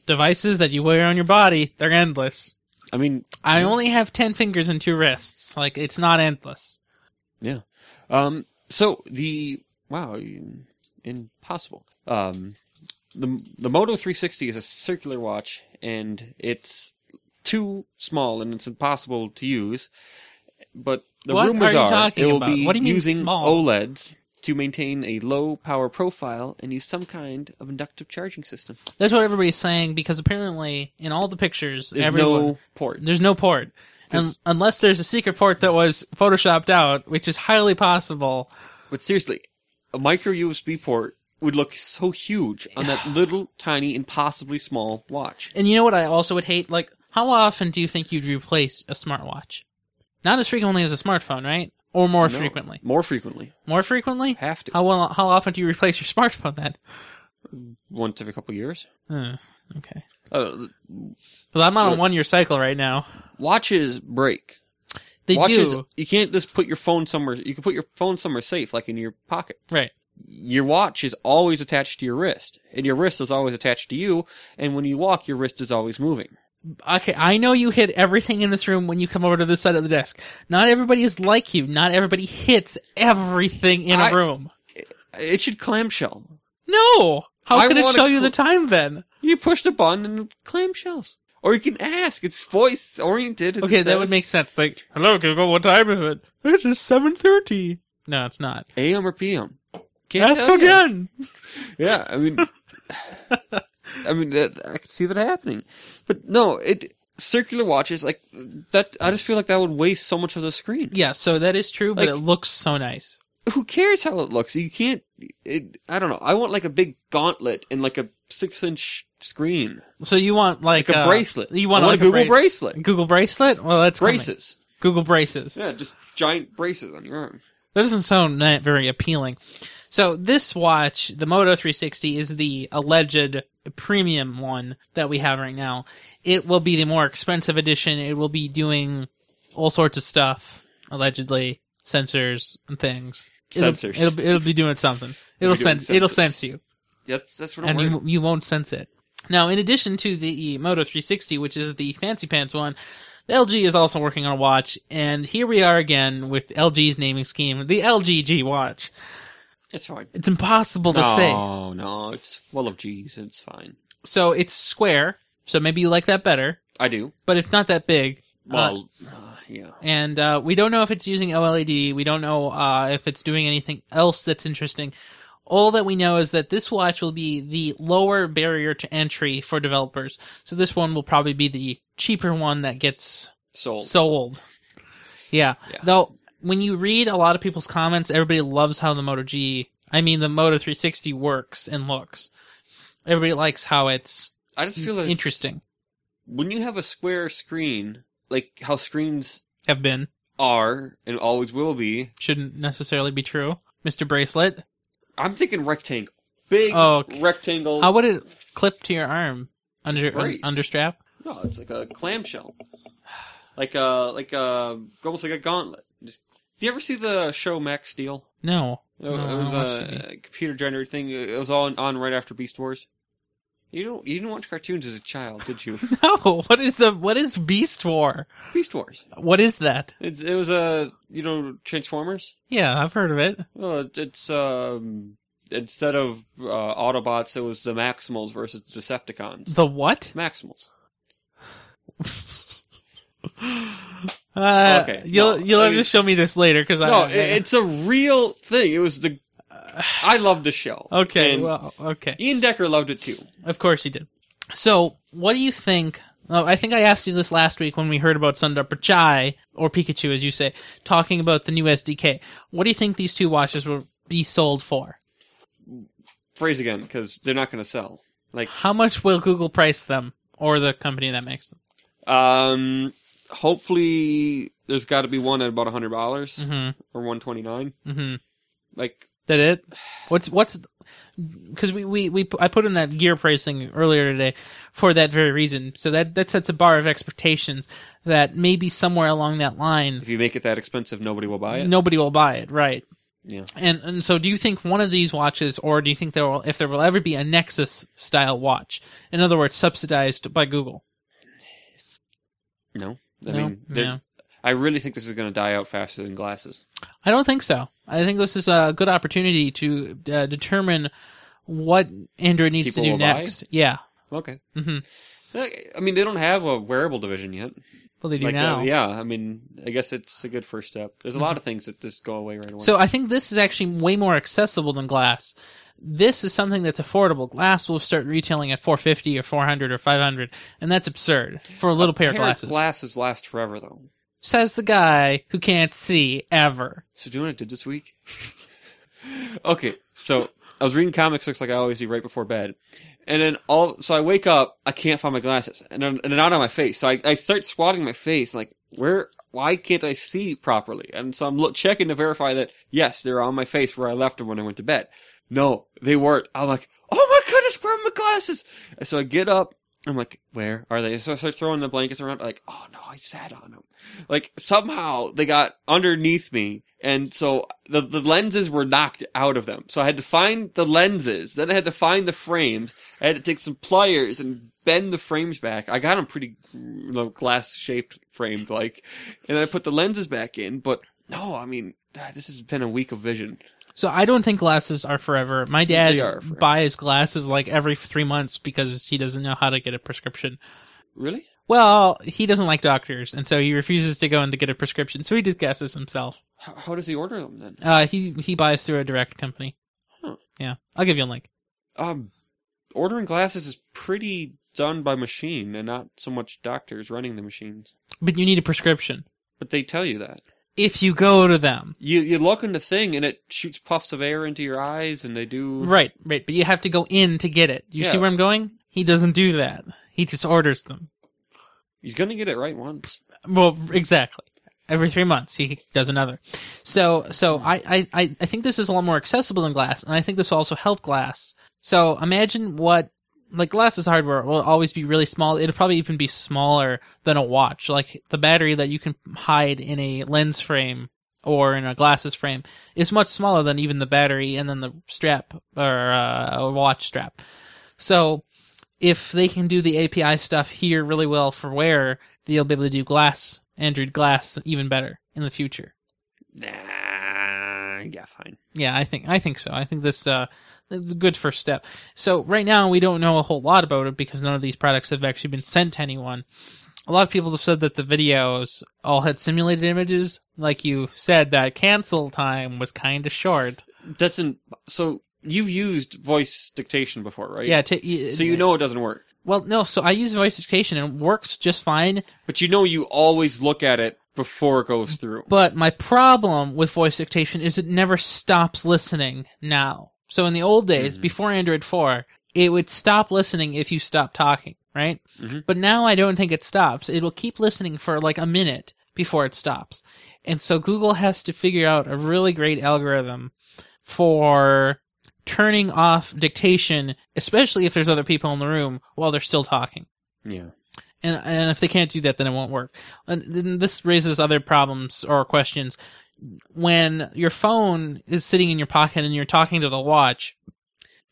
Speaker 2: Devices that you wear on your body, they're endless.
Speaker 1: I mean,
Speaker 2: I only have 10 fingers and two wrists. Like, it's not endless.
Speaker 1: yeah. Um. So the wow, you- impossible. Um. The the Moto 360 is a circular watch, and it's too small, and it's impossible to use. But the
Speaker 2: What
Speaker 1: rumors
Speaker 2: are you
Speaker 1: are,
Speaker 2: talking
Speaker 1: it will
Speaker 2: about?
Speaker 1: be
Speaker 2: What do you mean
Speaker 1: using
Speaker 2: small?
Speaker 1: OLEDs to maintain a low power profile and use some kind of inductive charging system.
Speaker 2: That's what everybody's saying because apparently, in all the pictures,
Speaker 1: There's
Speaker 2: everyone,
Speaker 1: no port.
Speaker 2: there's no port. Un- unless there's a secret port that was photoshopped out, which is highly possible.
Speaker 1: But seriously, a micro USB port would look so huge on that little, tiny, impossibly small watch.
Speaker 2: And you know what I also would hate? Like, how often do you think you'd replace a smartwatch? Not as frequently as a smartphone, right? Or more
Speaker 1: No,
Speaker 2: frequently?
Speaker 1: More frequently.
Speaker 2: More frequently?
Speaker 1: Have to.
Speaker 2: How well, how often do you replace your [LAUGHS] smartphone then?
Speaker 1: Once every couple years.
Speaker 2: Hmm, okay.
Speaker 1: Uh,
Speaker 2: Well, I'm on a
Speaker 1: Look.
Speaker 2: one year cycle right now.
Speaker 1: watches break.
Speaker 2: They
Speaker 1: watches,
Speaker 2: do.
Speaker 1: You can't just put your phone somewhere. You can put your phone somewhere safe, like in your pocket.
Speaker 2: Right.
Speaker 1: your watch is always attached to your wrist, and your wrist is always attached to you, and when you walk, your wrist is always moving.
Speaker 2: Okay, I know you hit everything in this room when you come over to this side of the desk. Not everybody is like you. Not everybody hits everything in a
Speaker 1: I-
Speaker 2: room.
Speaker 1: It should clamshell.
Speaker 2: No. How
Speaker 1: I
Speaker 2: could it
Speaker 1: wanna
Speaker 2: show you
Speaker 1: cl-
Speaker 2: the time then?
Speaker 1: You push the button and clamshells. Or you can ask. It's voice oriented. It
Speaker 2: Okay, that
Speaker 1: says,
Speaker 2: would make sense. Like, hello Google, what time is it? It's just seven thirty. No, it's not.
Speaker 1: AM or PM. Can't
Speaker 2: Ask
Speaker 1: tell you.
Speaker 2: again.
Speaker 1: Yeah, I mean, I mean, that, I can see that happening, but no, it circular watches like that. I just feel like that would waste so much of the screen.
Speaker 2: Yeah, so that is true, but
Speaker 1: Like-
Speaker 2: it looks so nice.
Speaker 1: Who cares how it looks? You can't. It, I don't know. I want like a big gauntlet and like a six inch screen,
Speaker 2: So you want like,
Speaker 1: like a
Speaker 2: uh,
Speaker 1: bracelet.
Speaker 2: You want,
Speaker 1: I want
Speaker 2: like
Speaker 1: a Google
Speaker 2: bra-
Speaker 1: bracelet,
Speaker 2: Google bracelet? Well, that's coming.
Speaker 1: braces.
Speaker 2: Google braces.
Speaker 1: Yeah, just giant braces on your arm.
Speaker 2: That doesn't sound that very appealing. So this watch, the Moto 360, is the alleged premium one that we have right now. It will be the more expensive edition. It will be doing all sorts of stuff, allegedly sensors and things. It'll-
Speaker 1: Sensors.
Speaker 2: It'll, it'll, be doing something. It'll
Speaker 1: be doing
Speaker 2: sense. It'll
Speaker 1: sensors.
Speaker 2: sense you,
Speaker 1: That's that's what I'm.
Speaker 2: and
Speaker 1: worried
Speaker 2: you you won't sense it. Now, in addition to the Moto 360, which is the fancy pants one, the LG is also working on a watch, and here we are again with LG's naming scheme, the LGG watch.
Speaker 1: It's fine.
Speaker 2: It's impossible to
Speaker 1: no,
Speaker 2: say.
Speaker 1: no, it's full of G's. It's fine.
Speaker 2: So it's square. So maybe you like that better,
Speaker 1: I do.
Speaker 2: but it's not that big. Uh,
Speaker 1: Well, uh, yeah.
Speaker 2: and uh, we don't know if it's using OLED. We don't know uh, if it's doing anything else that's interesting. All that we know is that this watch will be the lower barrier to entry for developers. So this one will probably be the cheaper one that gets
Speaker 1: Sold.
Speaker 2: sold. Yeah.
Speaker 1: Yeah.
Speaker 2: Though when you read a lot of people's comments, everybody loves how the Moto G, I mean the Moto 360 works and looks. Everybody likes how it's
Speaker 1: I just feel like it's-
Speaker 2: interesting.
Speaker 1: when you have a square screen, like how screens
Speaker 2: Have been
Speaker 1: are and always will be,
Speaker 2: shouldn't necessarily be true. Mr. Bracelet,
Speaker 1: I'm thinking rectangle, big
Speaker 2: Oh, okay.
Speaker 1: rectangle.
Speaker 2: how would it clip to your arm under
Speaker 1: brace.
Speaker 2: under strap?
Speaker 1: no, it's like a clamshell, like a like a almost like a gauntlet. Just do you ever see the show Max Steel?
Speaker 2: No, [LAUGHS]
Speaker 1: It,
Speaker 2: No, I
Speaker 1: it was
Speaker 2: don't watch TV.
Speaker 1: a computer generated thing. It was on on right after Beast Wars. You don't you didn't watch cartoons as a child, did
Speaker 2: [LAUGHS]
Speaker 1: you?
Speaker 2: no. What is the what is Beast War?
Speaker 1: Beast Wars.
Speaker 2: What is that?
Speaker 1: It's it was a you know Transformers.
Speaker 2: Yeah, I've heard of it.
Speaker 1: Well, it- it's um, instead of uh, Autobots, it was the Maximals versus the Decepticons.
Speaker 2: The what?
Speaker 1: Maximals.
Speaker 2: Uh,
Speaker 1: Okay,
Speaker 2: you'll
Speaker 1: no,
Speaker 2: you'll
Speaker 1: I
Speaker 2: have to
Speaker 1: mean-
Speaker 2: show me this later because
Speaker 1: No,
Speaker 2: I
Speaker 1: it, it's a real thing. It was
Speaker 2: [SIGHS]
Speaker 1: the. I loved the show.
Speaker 2: Okay,
Speaker 1: And
Speaker 2: well, okay.
Speaker 1: Ian Decker loved it too.
Speaker 2: Of course he did. So, what do you think? Oh, I think I asked you this last week when we heard about Sundar Pichai, or Pikachu as you say, talking about the new SDK. What do you think these two watches will be sold for?
Speaker 1: Phrase again, because they're not going to sell. Like,
Speaker 2: How much will Google price them, or the company that makes them?
Speaker 1: um, hopefully there's got to be one at about a hundred dollars
Speaker 2: Mm-hmm.
Speaker 1: or one twenty nine.
Speaker 2: Mm-hmm.
Speaker 1: Like,
Speaker 2: That it? What's what's? Because we, we we I put in that gear pricing earlier today for that very reason. So that that sets a bar of expectations that maybe somewhere along that line
Speaker 1: if you make it that expensive, nobody will buy it.
Speaker 2: nobody will buy it, right?
Speaker 1: Yeah.
Speaker 2: And and so, do you think one of these watches, or do you think there will, if there will ever be a Nexus style watch, in other words, subsidized by Google?
Speaker 1: No, I
Speaker 2: No?
Speaker 1: mean, they're-
Speaker 2: No.
Speaker 1: I really think this is going to die out faster than glasses.
Speaker 2: I don't think so. I think this is a good opportunity to uh, determine what Android needs
Speaker 1: People
Speaker 2: to do
Speaker 1: will buy?
Speaker 2: next. Yeah.
Speaker 1: Okay. Uh,
Speaker 2: hmm
Speaker 1: I I mean, they don't have a wearable division yet.
Speaker 2: Well, they do
Speaker 1: Like, uh,
Speaker 2: now. Mm-hmm.
Speaker 1: yeah, I mean, I guess it's a good first step. There's a lot of things that just go away right away.
Speaker 2: So I think this is actually way more accessible than glass. This is something that's affordable. Glass will start retailing at 450 or 400 or 500, and that's absurd for a little pair of glasses.
Speaker 1: glasses last forever, though.
Speaker 2: Says the guy who can't see ever.
Speaker 1: So do you know what I did this week? [LAUGHS] okay, so I was reading comics looks like I always do right before bed. And then all so I wake up, I can't find my glasses. And they're, and they're not on my face. So I, I start squatting my face, like, where why can't I see properly? And so I'm look, checking to verify that yes, they're on my face where I left them when I went to bed. No, they weren't. I'm like, oh my goodness, where are my glasses? And so I get up I'm like, where are they? So I start throwing the blankets around. Like, oh no, I sat on them. Like somehow they got underneath me, and so the the lenses were knocked out of them. So I had to find the lenses. Then I had to find the frames. I had to take some pliers and bend the frames back. I got them pretty, you know, glass shaped framed like, and then I put the lenses back in. But no, I mean, ah, this has been a week of vision.
Speaker 2: So I don't think glasses are forever. My dad
Speaker 1: They are forever.
Speaker 2: buys glasses like every three months because he doesn't know how to get a prescription.
Speaker 1: Really?
Speaker 2: Well, he doesn't like doctors, and so he refuses to go in to get a prescription. So he just guesses himself.
Speaker 1: How, how does he order them then?
Speaker 2: Uh, he he buys through a direct company.
Speaker 1: Huh.
Speaker 2: Yeah, I'll give you a link.
Speaker 1: um, ordering glasses is pretty done by machine and not so much doctors running the machines.
Speaker 2: But you need a prescription
Speaker 1: But they tell you that.
Speaker 2: if you go to them.
Speaker 1: You you look in the thing and it shoots puffs of air into your eyes and they do
Speaker 2: Right, right. But you have to go in to get it. You see
Speaker 1: Mm-hmm. Yeah.
Speaker 2: where I'm going? He doesn't do that. He just orders them.
Speaker 1: He's gonna get it right once.
Speaker 2: Well, exactly. Every three months, he does another. So, so I, I, I- I think this is a lot more accessible than glass, and I think this will also help glass. So imagine what, like glasses hardware will always be really small. It'll probably even be smaller than a watch. Like the battery that you can hide in a lens frame or in a glasses frame is much smaller than even the battery and then the strap or uh, a watch strap. So if they can do the API stuff here really well for wear, they'll be able to do glass, Android glass, even better in the future.
Speaker 1: Nah, yeah, fine.
Speaker 2: Yeah, I think I think so. I think this uh, it's a good first step. So right now we don't know a whole lot about it because none of these products have actually been sent to anyone. A lot of people have said that the videos all had simulated images. Like you said, that cancel time was kind of short.
Speaker 1: That's an so you've used voice dictation before, right?
Speaker 2: Yeah. To,
Speaker 1: So you know it doesn't work.
Speaker 2: Well, no. So I use voice dictation and it works just fine.
Speaker 1: But you know you always look at it before it goes through.
Speaker 2: But my problem with voice dictation is it never stops listening now. So in the old days,
Speaker 1: Mhm.
Speaker 2: before Android 4, it would stop listening if you stopped talking, right?
Speaker 1: Mhm.
Speaker 2: But now I don't think it stops. It will keep listening for like a minute before it stops. And so Google has to figure out a really great algorithm for turning off dictation, especially if there's other people in the room while they're still talking
Speaker 1: yeah.
Speaker 2: and and if they can't do that, then it won't work. And then this raises other problems or questions. When your phone is sitting in your pocket and you're talking to the watch,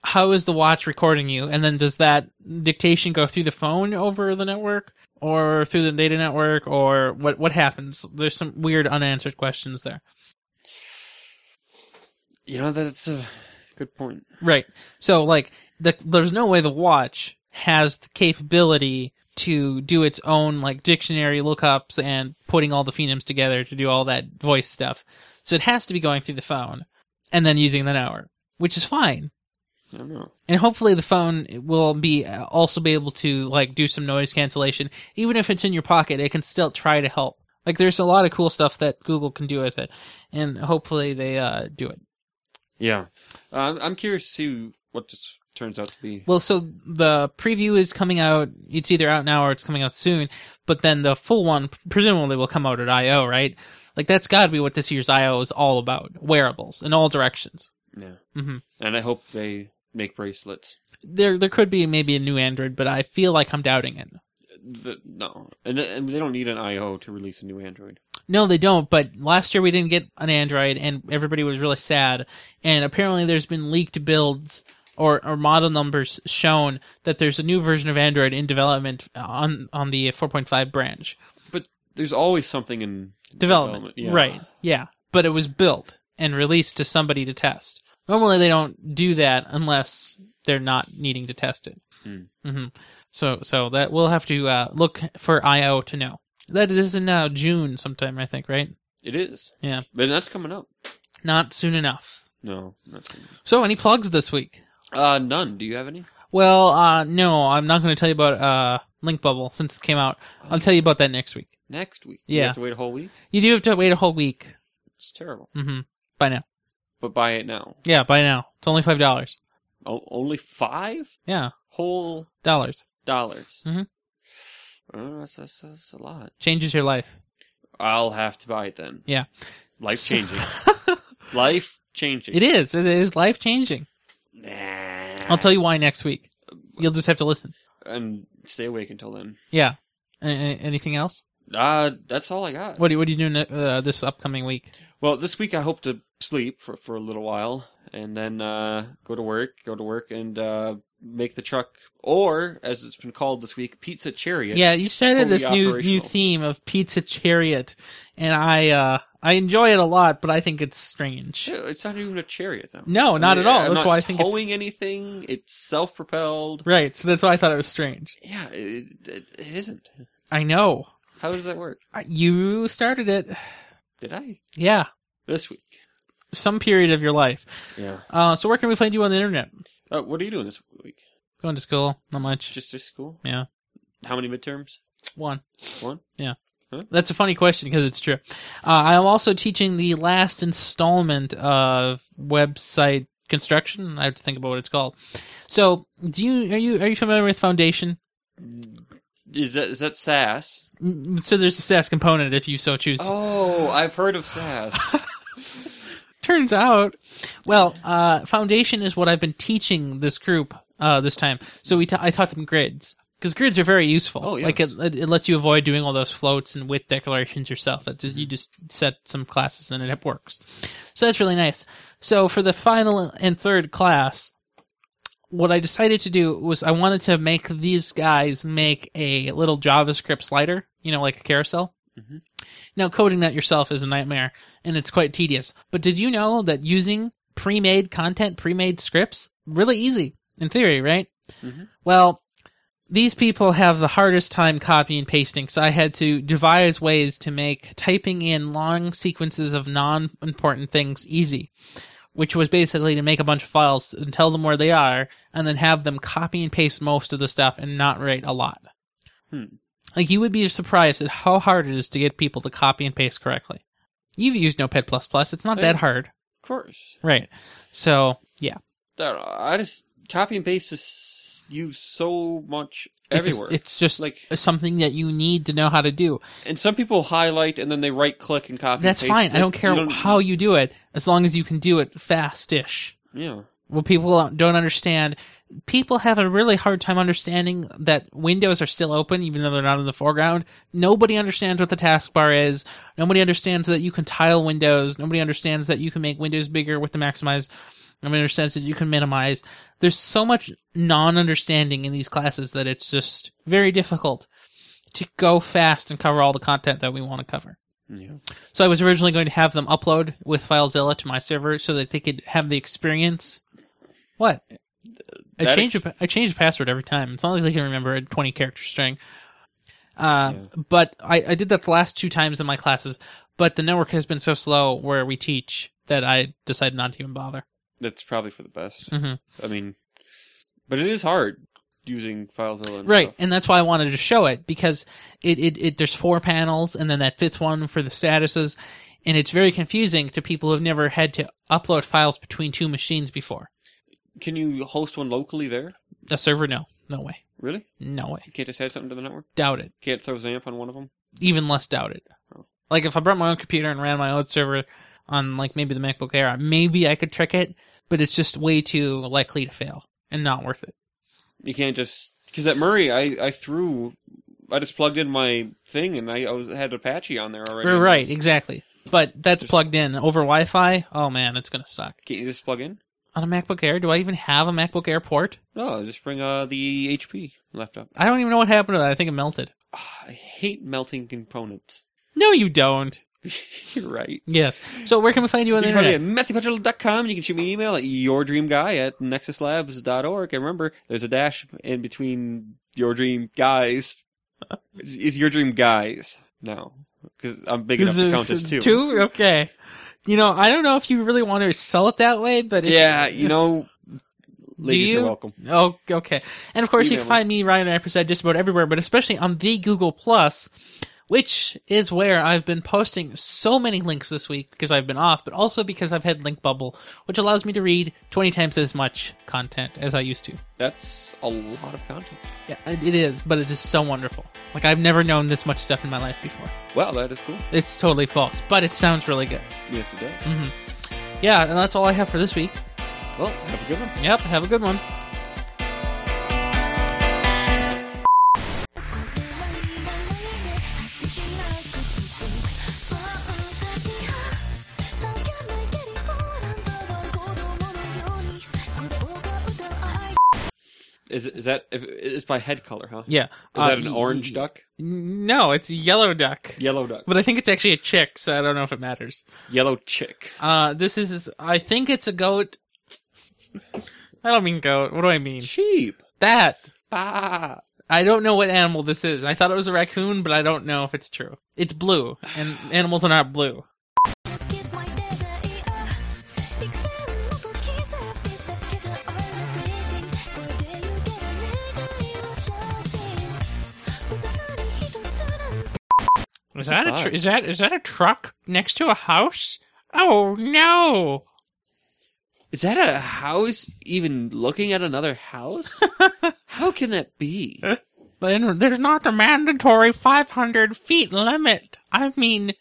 Speaker 2: how is the watch recording you? And then does that dictation go through the phone over the network or through the data network or what what happens? There's some weird unanswered questions there.
Speaker 1: You know that's a good point.
Speaker 2: Right. So like the there's no way the watch has the capability to do its own like dictionary lookups and putting all the phonemes together to do all that voice stuff. So it has to be going through the phone and then using the network, which is fine.
Speaker 1: I don't know.
Speaker 2: And hopefully the phone will be uh, also be able to like do some noise cancellation. Even if it's in your pocket, it can still try to help. Like there's a lot of cool stuff that Google can do with it, and hopefully they uh, do it.
Speaker 1: Yeah. Uh, I'm curious to see what this turns out to be.
Speaker 2: Well, so the preview is coming out. It's either out now or it's coming out soon. But then the full one presumably will come out at I/O, right? Like that's got to be what this year's I/O is all about: wearables in all directions.
Speaker 1: Yeah.
Speaker 2: Mhm.
Speaker 1: And I hope they make bracelets.
Speaker 2: There, there could be maybe a new Android, but I feel like I'm doubting it.
Speaker 1: The, no, and, th- and they don't need an I/O to release a new Android.
Speaker 2: No, they don't. But last year we didn't get an Android, and everybody was really sad. And apparently, there's been leaked builds or, or model numbers shown that there's a new version of Android in development on on the 4.5 branch.
Speaker 1: But there's always something in
Speaker 2: development.
Speaker 1: yeah.
Speaker 2: Right. Yeah. But it was built and released to somebody to test. Normally they don't do that unless they're not needing to test it.
Speaker 1: Hmm.
Speaker 2: hmm So so that we'll have to uh, look for IO to know. That is in uh, June sometime, I think, right?
Speaker 1: It is.
Speaker 2: Yeah.
Speaker 1: But that's coming up.
Speaker 2: Not soon enough.
Speaker 1: No, not soon.
Speaker 2: So any plugs this week?
Speaker 1: Uh, none. Do you have any?
Speaker 2: Well, uh, no, I'm not going to tell you about uh, Link Bubble since it came out. I'll tell you about that next week.
Speaker 1: Next week.
Speaker 2: Yeah.
Speaker 1: You have to wait a whole week.
Speaker 2: You do have to wait a whole week.
Speaker 1: It's terrible.
Speaker 2: hmm By now.
Speaker 1: But buy it now.
Speaker 2: Yeah, by now. It's only $5.
Speaker 1: O- only five
Speaker 2: Yeah,
Speaker 1: whole
Speaker 2: dollars.
Speaker 1: dollars.
Speaker 2: Mhm.
Speaker 1: Uh, that's, that's, that's a lot.
Speaker 2: Changes your life.
Speaker 1: I'll have to buy it then.
Speaker 2: Yeah.
Speaker 1: Life
Speaker 2: [LAUGHS]
Speaker 1: changing. Life changing.
Speaker 2: it is. It is life changing.
Speaker 1: Nah.
Speaker 2: I'll tell you why next week. You'll just have to listen.
Speaker 1: and stay awake until then.
Speaker 2: Yeah. A- a- anything else?
Speaker 1: Uh, that's all I got.
Speaker 2: What do you, what are you doing uh, this upcoming week?
Speaker 1: Well, this week I hope to sleep for, for a little while and then uh, go to work, go to work and uh, make the truck, or as it's been called this week, Pizza Chariot.
Speaker 2: Yeah, you started
Speaker 1: Fully
Speaker 2: this new new
Speaker 1: operational.
Speaker 2: theme of pizza chariot, and I uh I enjoy it a lot, but I think it's strange.
Speaker 1: Yeah, It's not even a chariot, though.
Speaker 2: No,
Speaker 1: I
Speaker 2: not
Speaker 1: mean,
Speaker 2: at all.
Speaker 1: I'm
Speaker 2: That's
Speaker 1: not
Speaker 2: why I think it's-
Speaker 1: towing anything. It's self-propelled.
Speaker 2: Right, so that's why I thought it was strange.
Speaker 1: Yeah, it, it, it isn't.
Speaker 2: I know
Speaker 1: How does that work?
Speaker 2: I- you started it.
Speaker 1: Did I
Speaker 2: Yeah,
Speaker 1: this week?
Speaker 2: some period of your life.
Speaker 1: Yeah.
Speaker 2: Uh, so where can we find you on the internet?
Speaker 1: Uh, what are you doing this week?
Speaker 2: Going to school? Not much.
Speaker 1: Just just school?
Speaker 2: Yeah.
Speaker 1: How many midterms?
Speaker 2: One.
Speaker 1: One?
Speaker 2: Yeah.
Speaker 1: Huh?
Speaker 2: That's a funny question because it's true. Uh, I'm also teaching the last installment of website construction. I have to think about what it's called. So, do you are you are you familiar with Foundation?
Speaker 1: Is that is that SAS?
Speaker 2: Mm, So there's a SaaS component if you so choose. To.
Speaker 1: Oh, I've heard of
Speaker 2: [LAUGHS]
Speaker 1: SAS.
Speaker 2: Turns out, well, uh, Foundation is what I've been teaching this group uh, this time. So we ta- I taught them grids because grids are very useful.
Speaker 1: Oh, yes.
Speaker 2: Like it, it, it lets you avoid doing all those floats and width declarations yourself. It just,
Speaker 1: Mm-hmm.
Speaker 2: You just set some classes and it works. So that's really nice. So for the final and third class, what I decided to do was I wanted to make these guys make a little JavaScript slider, you know, like a carousel.
Speaker 1: Mhm.
Speaker 2: Now, coding that yourself is a nightmare and it's quite tedious. But did you know that using pre made content, pre made scripts, really easy in theory, right?
Speaker 1: Mhm.
Speaker 2: Well, these people have the hardest time copying and pasting, so I had to devise ways to make typing in long sequences of non important things easy which was basically to make a bunch of files and tell them where they are, and then have them copy and paste most of the stuff and not write a lot.
Speaker 1: Hmm.
Speaker 2: Like you would be surprised at how hard it is to get people to copy and paste correctly. You've used Notepad plus plus; it's not
Speaker 1: Yeah.
Speaker 2: that hard,
Speaker 1: Of course.
Speaker 2: right? So yeah,
Speaker 1: That I just copy and paste is used so much
Speaker 2: It's
Speaker 1: everywhere.
Speaker 2: just- it's just like
Speaker 1: like,
Speaker 2: something that you need to know how to do.
Speaker 1: and some people highlight and then they right click and copy.
Speaker 2: That's
Speaker 1: and paste.
Speaker 2: fine. I
Speaker 1: Like,
Speaker 2: don't care
Speaker 1: you
Speaker 2: how you do it, as long as you can do it fastish.
Speaker 1: Yeah.
Speaker 2: what people don't understand people have a really hard time understanding that windows are still open even though they're not in the foreground nobody understands what the taskbar is nobody understands that you can tile windows nobody understands that you can make windows bigger with the maximize nobody understands that you can minimize there's so much non-understanding in these classes that it's just very difficult to go fast and cover all the content that we want to cover
Speaker 1: Yeah.
Speaker 2: so I was originally going to have them upload with FileZilla to my server so that they could have the experience. What? I
Speaker 1: That
Speaker 2: change
Speaker 1: ex-
Speaker 2: the pa- I change the password every time. It's not like they can remember a twenty character string. Uh,
Speaker 1: Yeah.
Speaker 2: But I, I did that the last two times in my classes. But the network has been so slow where we teach that I decided not to even bother.
Speaker 1: That's probably for the best.
Speaker 2: hmm
Speaker 1: I mean, but it is hard using FileZilla. And
Speaker 2: Right,
Speaker 1: Stuff.
Speaker 2: and that's why I wanted to show it because it, it, it there's four panels and then that fifth one for the statuses, and it's very confusing to people who've never had to upload files between two machines before.
Speaker 1: Can you host one locally there?
Speaker 2: A server? No, no way,
Speaker 1: Really?
Speaker 2: no way.
Speaker 1: You can't just add something to the network.
Speaker 2: Doubt it.
Speaker 1: Can't throw Zamp on one of them.
Speaker 2: Even less doubt it.
Speaker 1: Oh.
Speaker 2: Like if I brought my own computer and ran my own server on like maybe the MacBook Air, maybe I could trick it, but it's just way too likely to fail and not worth it.
Speaker 1: You can't just because at Murray, I I threw, I just plugged in my thing and I, I was had Apache on there already.
Speaker 2: Right,
Speaker 1: Just-
Speaker 2: exactly. But that's
Speaker 1: Just-
Speaker 2: plugged in over Wi-Fi. Oh man, it's gonna suck.
Speaker 1: Can't you just plug in?
Speaker 2: On a MacBook Air, do I even have a MacBook Air port?
Speaker 1: No, just bring uh the HP laptop.
Speaker 2: I don't even know what happened to that. I think it melted.
Speaker 1: Ah, I hate melting components. [LAUGHS]
Speaker 2: No, you don't.
Speaker 1: You're right.
Speaker 2: Yes. So where can we find you on
Speaker 1: You
Speaker 2: the
Speaker 1: can find me at
Speaker 2: internet?
Speaker 1: matthewpetchel.com. You can shoot me an email at yourdreamguy at nexuslabs.org. And remember, there's a dash in between your dream guys. Is, is your dream guys? No, because I'm big enough to count as two.
Speaker 2: Two? Okay. You know, I don't know if you really want to sell it that way, but it's-
Speaker 1: Yeah, you
Speaker 2: [LAUGHS]
Speaker 1: know, ladies
Speaker 2: you?
Speaker 1: are welcome.
Speaker 2: Oh, okay. And of course, you
Speaker 1: Email
Speaker 2: can
Speaker 1: me.
Speaker 2: find me Ryan Apperset just about everywhere, but especially on the Google Plus, which is where I've been posting so many links this week because I've been off, but also because I've had Link Bubble, which allows me to read twenty times as much content as I used to.
Speaker 1: That's a lot of content.
Speaker 2: Yeah, it it is, but it is so wonderful. Like I've never known this much stuff in my life before.
Speaker 1: Wow, that is cool.
Speaker 2: It's totally false, but it sounds really good.
Speaker 1: Yes, it does.
Speaker 2: hmm Yeah, and that's all I have for this week.
Speaker 1: Well, have a good one.
Speaker 2: Yep, have a good one.
Speaker 1: Is is that if, is by head color? Huh?
Speaker 2: Yeah.
Speaker 1: Is
Speaker 2: Uh,
Speaker 1: that an orange duck?
Speaker 2: No, it's a yellow duck.
Speaker 1: Yellow duck.
Speaker 2: But I think it's actually a chick, so I don't know if it matters.
Speaker 1: Yellow chick.
Speaker 2: Uh, this is, I think it's a goat. I don't mean goat. What do I mean?
Speaker 1: Sheep.
Speaker 2: That.
Speaker 1: Bah.
Speaker 2: I don't know what animal this is. I thought it was a raccoon, but I don't know if it's true. It's blue, and animals are not blue. Is
Speaker 1: It's a
Speaker 2: that a
Speaker 1: bus.
Speaker 2: tr- is that is that a truck next to a house? Oh no!
Speaker 1: Is that a house even looking at another [LAUGHS] house? How can that be?
Speaker 2: Then There's not a mandatory 500 feet limit. I mean,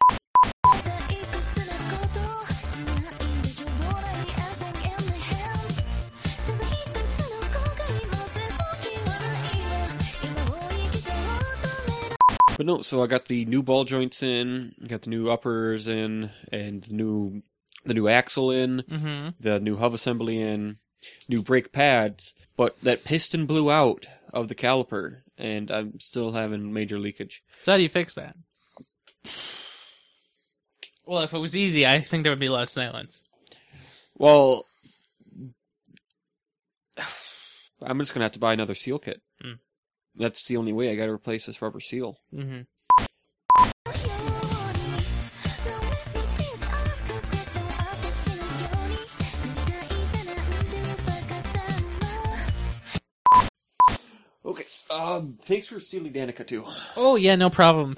Speaker 1: But no, so I got the new ball joints in, got the new uppers in, and the new the new axle in,
Speaker 2: hmm
Speaker 1: the new hub assembly in, new brake pads, but that piston blew out of the caliper and I'm still having major leakage.
Speaker 2: so how do you fix that? Well, if it was easy, I think there would be less silence.
Speaker 1: Well, I'm just gonna have to buy another seal kit.
Speaker 2: Hmm.
Speaker 1: That's the only way. I got to replace this rubber seal.
Speaker 2: hmm
Speaker 1: Okay. Um. Thanks for stealing Danica too.
Speaker 2: Oh yeah, no problem.